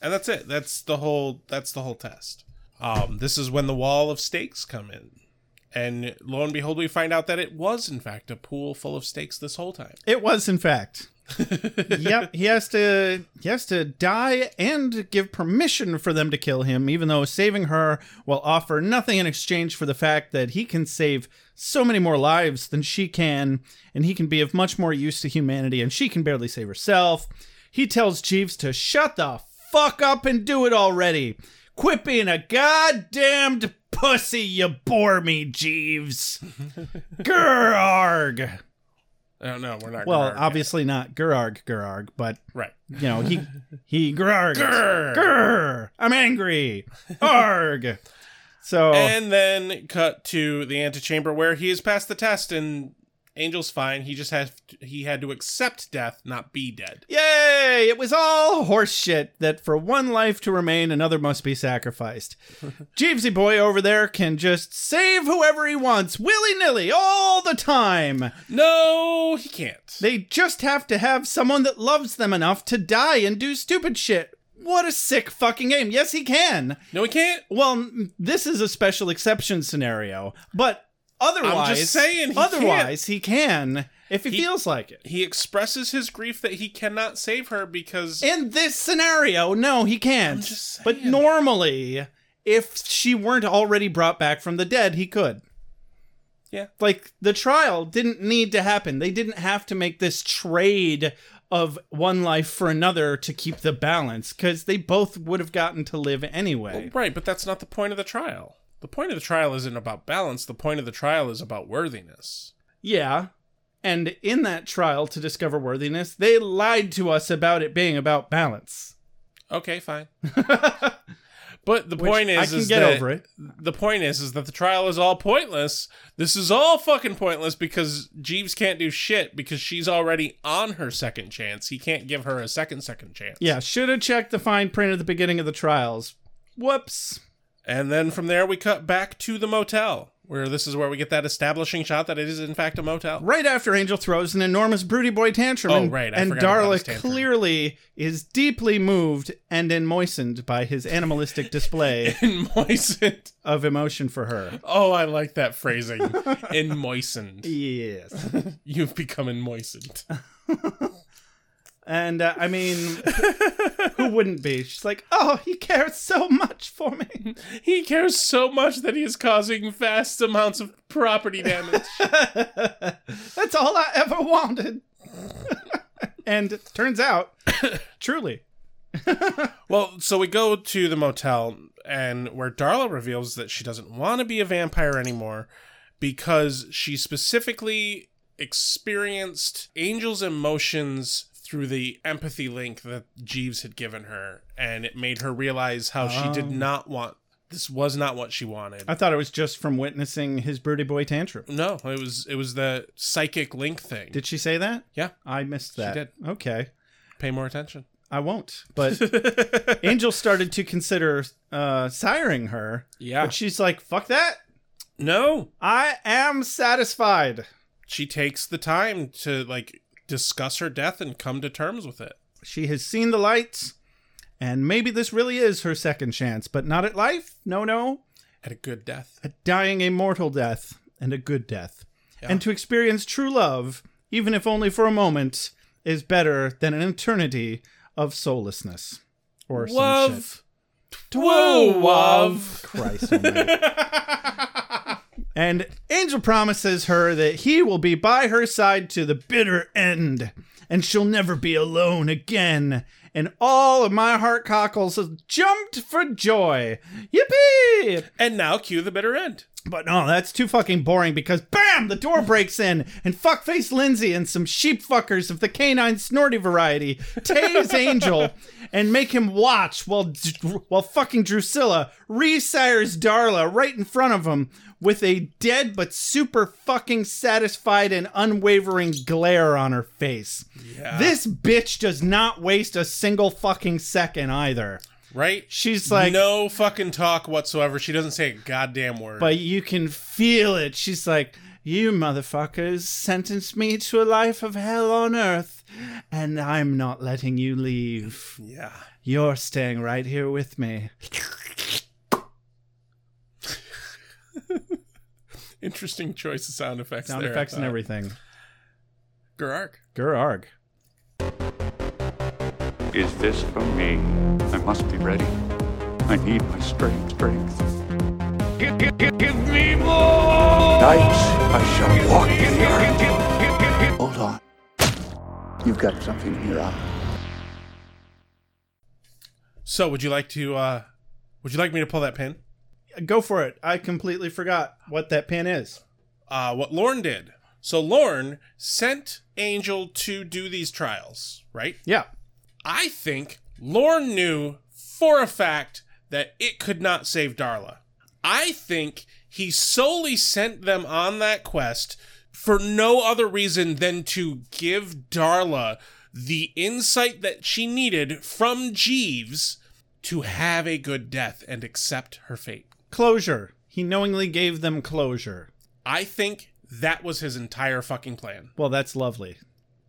S7: and that's it. That's the whole. That's the whole test. Um, this is when the wall of stakes come in, and lo and behold, we find out that it was in fact a pool full of stakes this whole time.
S6: It was, in fact. yep, he has to he has to die and give permission for them to kill him, even though saving her will offer nothing in exchange for the fact that he can save so many more lives than she can, and he can be of much more use to humanity, and she can barely save herself. He tells Jeeves to shut the fuck up and do it already. Quit being a goddamned pussy, you bore me, Jeeves. Grrarg.
S7: I don't know. Oh, We're not.
S6: Well,
S7: gonna-
S6: obviously not Gerarg Gerarg, but
S7: Right.
S6: You know he he Gerarg
S7: Grr.
S6: Grr. I'm angry. Arg. So
S7: And then cut to the antechamber where he has passed the test and Angel's fine. He just has he had to accept death, not be dead.
S6: yay! It was all horseshit. That for one life to remain, another must be sacrificed. Jeevesy boy over there can just save whoever he wants willy nilly all the time.
S7: No, he can't.
S6: They just have to have someone that loves them enough to die and do stupid shit. What a sick fucking game. Yes, he can.
S7: No, he can't.
S6: Well, m- this is a special exception scenario, but otherwise,
S7: I'm just saying he
S6: otherwise he can if he,
S7: He-
S6: feels like it.
S7: He expresses his grief that he cannot save her because
S6: In this scenario, no, he can't. But normally, if she weren't already brought back from the dead, he could.
S7: Yeah.
S6: Like the trial didn't need to happen. They didn't have to make this trade of one life for another to keep the balance cuz they both would have gotten to live anyway.
S7: right, but that's not the point of the trial. The point of the trial isn't about balance. The point of the trial is about worthiness.
S6: Yeah. And in that trial to discover worthiness, they lied to us about it being about balance.
S7: Okay, fine. but the
S6: Which
S7: point is,
S6: I can
S7: is
S6: get
S7: that-
S6: over it.
S7: The point is, is that the trial is all pointless. This is all fucking pointless because Jeeves can't do shit because she's already on her second chance. He can't give her a second second chance.
S6: Yeah, should have checked the fine print at the beginning of the trials. Whoops.
S7: And then from there, we cut back to the motel where this is where we get that establishing shot that it is in fact a motel.
S6: Right after Angel throws an enormous broody boy tantrum.
S7: Oh,
S6: and,
S7: right, I
S6: and
S7: forgot about
S6: Darla
S7: his tantrum.
S6: clearly is deeply moved and enmoistened by his animalistic display
S7: enmoistened.
S6: of emotion for her.
S7: Oh, I like that phrasing. Enmoistened.
S6: Yes.
S7: You've become enmoistened.
S6: And uh, I mean, who wouldn't be? She's like, oh, he cares so much for me.
S7: He cares so much that he is causing vast amounts of property damage.
S6: That's all I ever wanted. and turns out, truly.
S7: well, so we go to the motel, and where Darla reveals that she doesn't want to be a vampire anymore because she specifically experienced Angel's emotions through the empathy link that Jeeves had given her, and it made her realize how she did
S6: Oh.
S7: not want this was not what she wanted.
S6: I thought it was just from witnessing his broody boy tantrum.
S7: No, it was it was the psychic link thing.
S6: Did she say that?
S7: Yeah.
S6: I missed that.
S7: did.
S6: Okay.
S7: Pay more attention.
S6: I won't. But Angel started to consider uh, siring her.
S7: Yeah.
S6: But she's like, fuck that.
S7: No,
S6: I am satisfied.
S7: she takes the time to like discuss her death and come to terms with it.
S6: She has seen the lights, and maybe this really is her second chance, but not at life. No, no.
S7: Had a good death.
S6: At dying a mortal death and a good death. And to experience true love, even if only for a moment, is better than an eternity of soullessness. Or some shit.
S7: Love. Whoa, love.
S6: Christ almighty. and Angel promises her that he will be by her side to the bitter end, and she'll never be alone again. And all of my heart cockles jumped for joy. Yippee!
S7: And now cue the bitter end.
S6: But no, that's too fucking boring because BAM! The door breaks in, and fuckface Lindsay and some sheep fuckers of the canine snorty variety tase Angel and make him watch while, while fucking Drusilla resires Darla right in front of him with a dead but super fucking satisfied and unwavering glare on her face. This bitch does not waste a single fucking second either.
S7: Right?
S6: She's like,
S7: no fucking talk whatsoever. She doesn't say a goddamn word.
S6: but you can feel it. She's like, You motherfuckers sentenced me to a life of hell on earth, and I'm not letting you leave.
S7: yeah.
S6: You're staying right here with me.
S7: Interesting choice of sound effects.
S6: Sound
S7: there, I
S6: effects and
S7: thought.
S6: everything.
S7: Gerark.
S6: Gerarg.
S14: Is this for me? I must be ready. I need my strength. Strength.
S2: Give, give, give, give me more!
S14: Nights I shall walk in the earth.
S2: Hold on. You've got something here.
S7: So, would you like to? uh Would you like me to pull that pin?
S6: Go for it. I completely forgot what that pin is.
S7: Uh, what Lorne did. So Lorne sent Angel to do these trials, right?
S6: Yeah.
S7: I think Lorne knew for a fact that it could not save Darla. I think he solely sent them on that quest for no other reason than to give Darla the insight that she needed from Jeeves to have a good death and accept her fate.
S6: Closure. He knowingly gave them closure.
S7: I think that was his entire fucking plan.
S6: Well, that's lovely.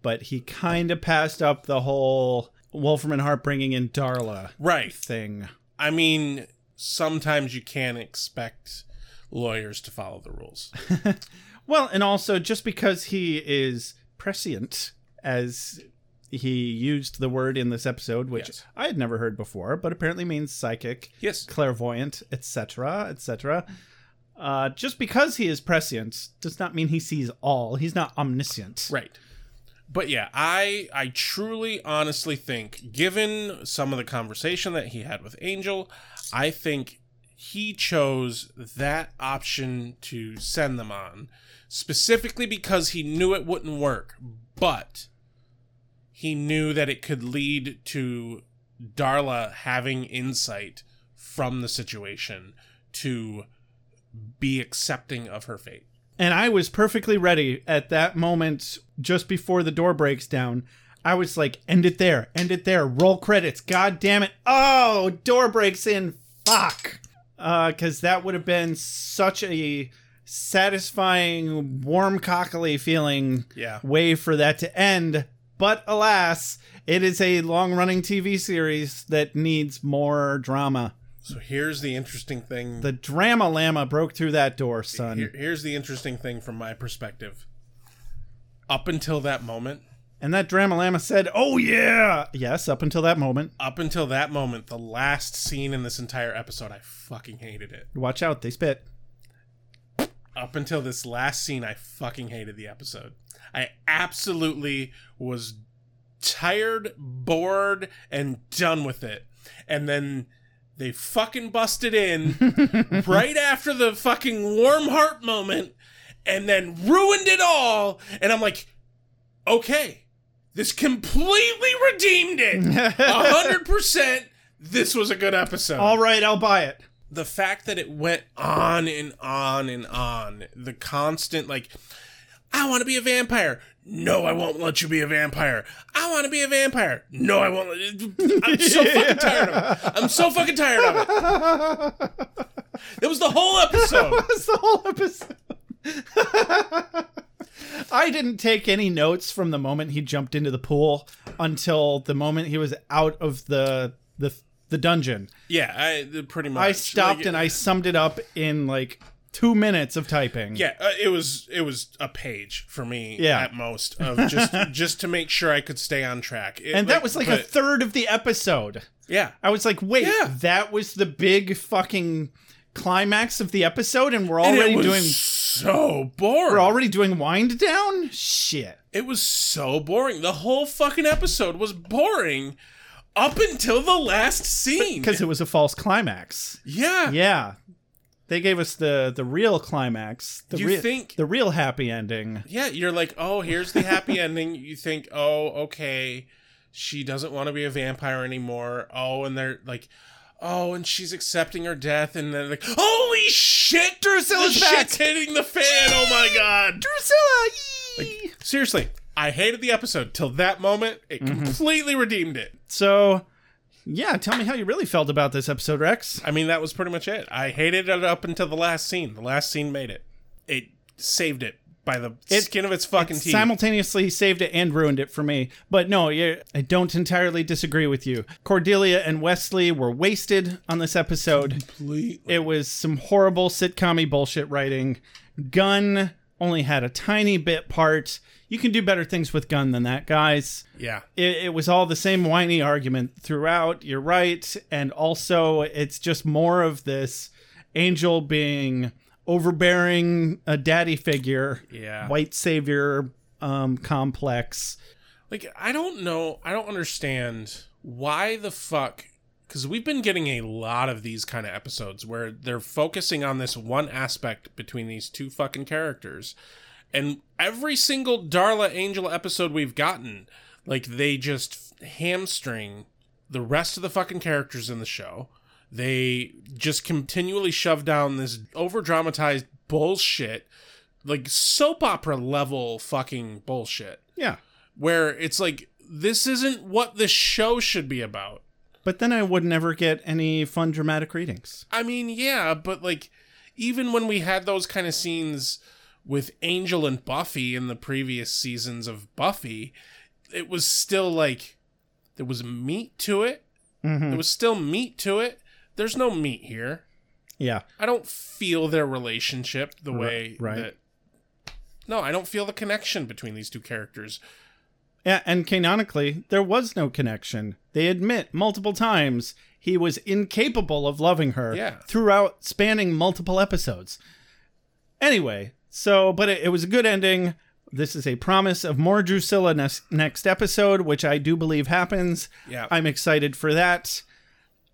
S6: But he kind of passed up the whole Wolfram and Hart bringing in Darla
S7: Right.
S6: thing.
S7: I mean, sometimes you can expect lawyers to follow the rules.
S6: Well, and also just because he is prescient, as he used the word in this episode, which
S7: Yes.
S6: I had never heard before, but apparently means psychic,
S7: Yes.
S6: clairvoyant, etc., etc. Uh, just because he is prescient does not mean he sees all. He's not omniscient.
S7: Right. But yeah, I I truly honestly think given some of the conversation that he had with Angel, I think he chose that option to send them on specifically because he knew it wouldn't work, but he knew that it could lead to Darla having insight from the situation to be accepting of her fate.
S6: And I was perfectly ready at that moment, just before the door breaks down. I was like, end it there, end it there, roll credits, god damn it. Uh, Oh, door breaks in, fuck. Because that would have been such a satisfying, warm, cockily feeling
S7: yeah.
S6: way for that to end. But alas, it is a long running TV series that needs more drama.
S7: So here's the interesting thing.
S6: The drama llama broke through that door, son.
S7: Here- here's the interesting thing from my perspective. Up until that moment,
S6: and that drama llama said, "Oh yeah, yes." Up until that moment,
S7: up until that moment, the last scene in this entire episode, I fucking hated it.
S6: Watch out, they spit.
S7: Up until this last scene, I fucking hated the episode. I absolutely was tired, bored, and done with it. And then they fucking busted in right after the fucking warm heart moment and then ruined it all. And I'm like, okay, this completely redeemed it. 100%. This was a good episode.
S6: All right, I'll buy it.
S7: The fact that it went on and on and on, the constant, like, I want to be a vampire. No, I won't let you be a vampire. I want to be a vampire. No, I won't. Let- I'm so fucking tired of it. I'm so fucking tired of it. That was the whole episode.
S6: that was the whole episode. I didn't take any notes from the moment he jumped into the pool until the moment he was out of the the the dungeon.
S7: Yeah, I pretty much.
S6: I stopped like, and I summed it up in like two minutes of typing.
S7: Yeah, uh, it was it was a page for me
S6: yeah.
S7: at most of just just to make sure I could stay on track. It,
S6: and that was like but, a third of the episode.
S7: Yeah,
S6: I was like, wait,
S7: yeah.
S6: that was the big fucking climax of the episode, and we're already
S7: and
S6: doing
S7: so boring.
S6: We're already doing wind down. Shit,
S7: it was so boring. The whole fucking episode was boring. Up until the last scene,
S6: because it was a false climax.
S7: Yeah,
S6: yeah, they gave us the the real climax. The
S7: you
S6: real,
S7: think
S6: the real happy ending?
S7: Yeah, you're like, oh, here's the happy ending. You think, oh, okay, she doesn't want to be a vampire anymore. Oh, and they're like, oh, and she's accepting her death, and then like, holy shit,
S6: Drusilla's
S7: the
S6: back.
S7: shit's hitting the fan. Oh my god,
S6: Drusilla.
S7: Like, seriously, I hated the episode till that moment. It mm-hmm. completely redeemed it.
S6: So yeah, tell me how you really felt about this episode, Rex.
S7: I mean, that was pretty much it. I hated it up until the last scene. The last scene made it. It saved it by the it, skin of its fucking it teeth.
S6: Simultaneously saved it and ruined it for me. But no, I don't entirely disagree with you. Cordelia and Wesley were wasted on this episode.
S7: Completely.
S6: It was some horrible sitcom bullshit writing. Gun only had a tiny bit part. You can do better things with Gun than that, guys.
S7: Yeah.
S6: It, it, was all the same whiny argument throughout. You're right. And also, it's just more of this Angel being overbearing, a daddy figure,
S7: yeah.
S6: white savior um, complex.
S7: Like, I don't know. I don't understand why the fuck. Because we've been getting a lot of these kind of episodes where they're focusing on this one aspect between these two fucking characters. And every single Darla Angel episode we've gotten, like they just hamstring the rest of the fucking characters in the show. They just continually shove down this over dramatized bullshit, like soap opera level fucking bullshit.
S6: Yeah.
S7: Where it's like, this isn't what the show should be about.
S6: But then I would never get any fun dramatic readings.
S7: I mean, yeah, but like, even when we had those kind of scenes, with Angel and Buffy in the previous seasons of Buffy, it was still like there was meat to it.
S6: Mm-hmm.
S7: There was still meat to it. There's no meat here.
S6: Yeah.
S7: I don't feel their relationship the way
S6: right.
S7: that No, I don't feel the connection between these two characters.
S6: Yeah, and canonically, there was no connection. They admit multiple times he was incapable of loving her
S7: yeah.
S6: throughout spanning multiple episodes. Anyway, so, but it, it, was a good ending. This is a promise of more Drusilla ne- next episode, which I do believe happens.
S7: Yeah,
S6: I'm excited for that,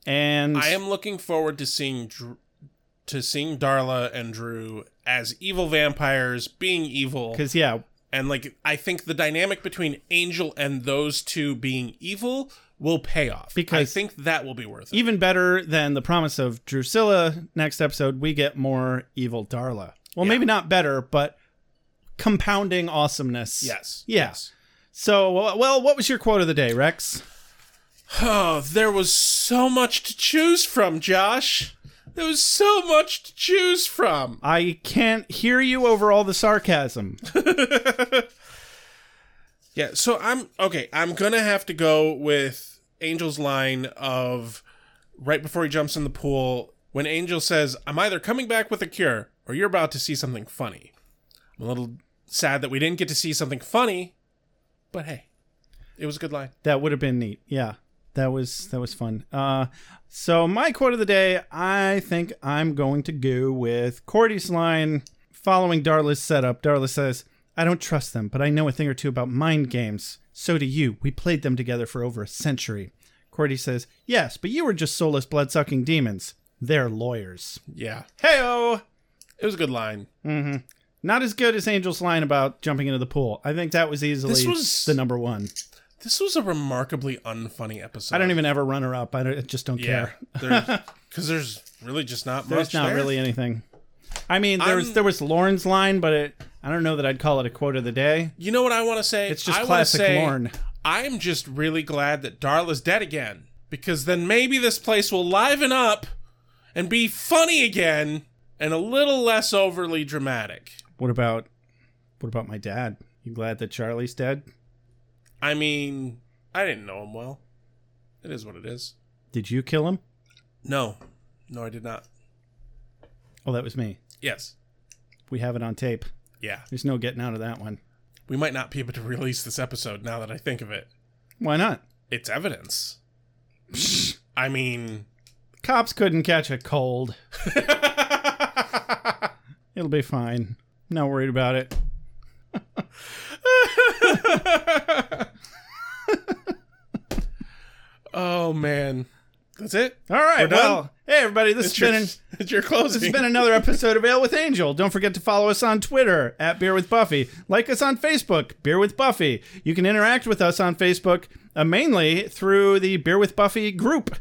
S6: and
S7: I am looking forward to seeing Dr- to seeing Darla and Drew as evil vampires, being evil.
S6: Because yeah,
S7: and like I think the dynamic between Angel and those two being evil will pay off.
S6: Because
S7: I think that will be worth it.
S6: Even better than the promise of Drusilla next episode, we get more evil Darla. Well,
S7: yeah.
S6: maybe not better, but compounding awesomeness.
S7: Yes.
S6: Yeah.
S7: Yes.
S6: So, well, what was your quote of the day, Rex?
S7: Oh, there was so much to choose from, Josh. There was so much to choose from.
S6: I can't hear you over all the sarcasm.
S7: yeah, so I'm okay. I'm gonna have to go with Angel's line of right before he jumps in the pool when Angel says, "I'm either coming back with a cure or you're about to see something funny." I'm a little sad that we didn't get to see something funny, but hey, it was a good line.
S6: That would have been neat. Yeah. That was that was fun. Uh, so my quote of the day, I think I'm going to go with Cordy's line following Darla's setup. Darla says, "I don't trust them, but I know a thing or two about mind games. So do you. We played them together for over a century." Cordy says, "Yes, but you were just soulless, blood-sucking demons. They're lawyers."
S7: Yeah.
S6: Heyo.
S7: It was a good line.
S6: Mm-hmm. Not as good as Angel's line about jumping into the pool. I think that was easily was... the number one.
S7: This was a remarkably unfunny episode.
S6: I don't even ever run her up. I, I just don't yeah,
S7: care. Because there's, really just not
S6: there's
S7: much.
S6: not
S7: there.
S6: really anything. I mean, there I'm, was there was Lauren's line, but it, I don't know that I'd call it a quote of the day.
S7: You know what I want to say?
S6: It's just
S7: I
S6: classic
S7: say,
S6: Lauren.
S7: I'm just really glad that Darla's dead again because then maybe this place will liven up and be funny again and a little less overly dramatic.
S6: What about what about my dad? You glad that Charlie's dead?
S7: I mean, I didn't know him well. It is what it is.
S6: Did you kill him?
S7: No. No, I did not.
S6: Oh, that was me.
S7: Yes.
S6: We have it on tape.
S7: Yeah.
S6: There's no getting out of that one.
S7: We might not be able to release this episode now that I think of it.
S6: Why not?
S7: It's evidence. I mean,
S6: cops couldn't catch a cold. It'll be fine. Not worried about it.
S7: oh man, that's it.
S6: All right. Well, hey everybody, this
S7: it's
S6: has been
S7: your,
S6: an,
S7: it's your closing.
S6: This has been another episode of Ale with Angel. Don't forget to follow us on Twitter at Beer with Buffy. Like us on Facebook, Beer with Buffy. You can interact with us on Facebook uh, mainly through the Beer with Buffy group.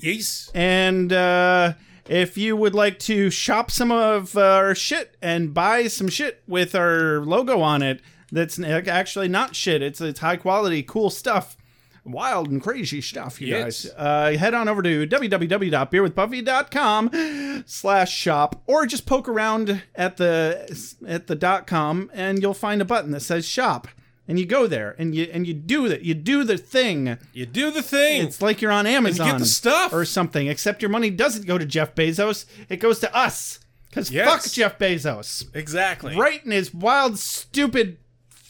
S7: Yes.
S6: And. Uh, if you would like to shop some of our shit and buy some shit with our logo on it, that's actually not shit. It's it's high quality, cool stuff, wild and crazy stuff. You
S7: yes.
S6: guys, uh, head on over to www.beerwithbuffy.com slash shop, or just poke around at the at the dot com, and you'll find a button that says shop. And you go there, and you and you do that. You do the thing.
S7: You do the thing.
S6: It's like you're on Amazon,
S7: and get the stuff
S6: or something. Except your money doesn't go to Jeff Bezos; it goes to us. Because yes. fuck Jeff Bezos.
S7: Exactly.
S6: Right in his wild, stupid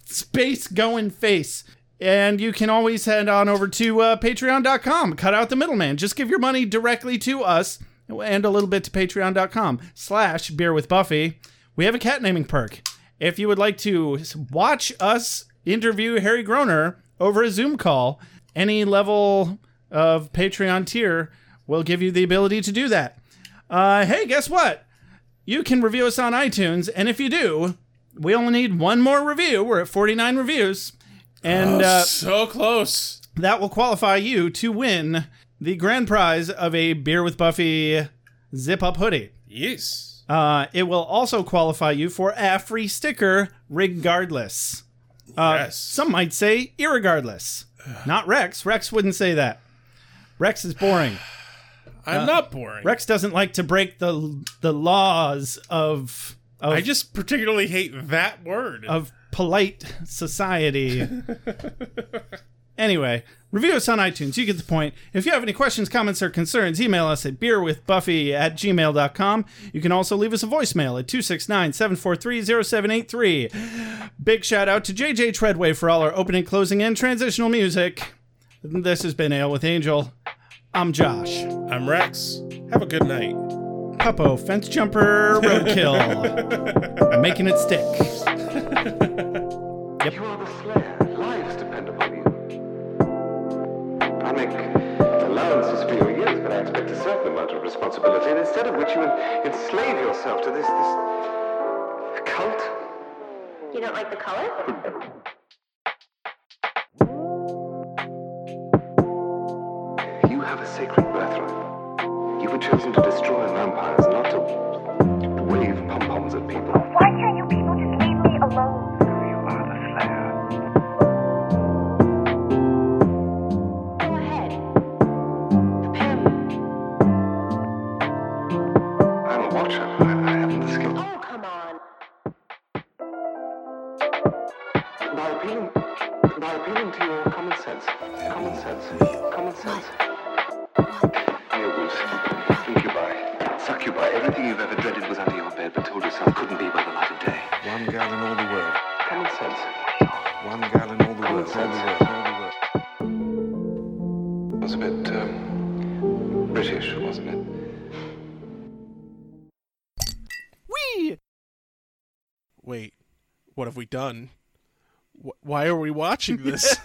S6: space going face. And you can always head on over to uh, patreon.com, cut out the middleman. Just give your money directly to us and a little bit to patreon.com slash beer with Buffy. We have a cat naming perk. If you would like to watch us interview Harry Groner over a Zoom call, any level of Patreon tier will give you the ability to do that. Uh, hey, guess what? You can review us on iTunes, and if you do, we only need one more review. We're at 49 reviews. And
S7: oh,
S6: uh,
S7: so close.
S6: That will qualify you to win the grand prize of a Beer with Buffy zip up hoodie.
S7: Yes.
S6: Uh, it will also qualify you for a free sticker, regardless. Uh,
S7: yes.
S6: Some might say irregardless. Not Rex. Rex wouldn't say that. Rex is boring.
S7: I'm not boring.
S6: uh, Rex doesn't like to break the the laws of of,
S7: I just particularly hate that word
S6: of polite society. anyway, review us on iTunes. You get the point. If you have any questions, comments, or concerns, email us at beerwithbuffy at gmail.com. You can also leave us a voicemail at 269 743 0783. Big shout out to JJ Treadway for all our opening, closing, and transitional music. This has been Ale with Angel. I'm Josh.
S7: I'm Rex. Have a good night.
S6: Puppo, fence jumper, roadkill. making it stick.
S15: yep. You are the slayer. Lives depend upon you. I make allowances for your years, but I expect a certain amount of responsibility, and instead of which you enslave yourself to this, this cult.
S16: You don't like the color?
S15: You have a sacred birthright. You were chosen to destroy vampires, not to wave pom poms at people.
S16: Why can't you people just leave me alone?
S15: You are the Slayer.
S16: Go ahead. Prepare me.
S9: culture. I, I haven't the skill.
S11: Oh, come on.
S9: By appealing, by appealing to your common sense. Common sense. Common sense. Earwolves, incubi, succubi, everything you've ever dreaded was under your bed but told yourself couldn't be by the light of day.
S17: One girl in all the world.
S9: Common sense.
S17: One girl in all the world. All
S9: Common
S17: the
S9: sense.
S17: world. All the world.
S18: It was a bit um, British, wasn't it?
S7: Wee. Wait, what have we done? Wh- why are we watching this?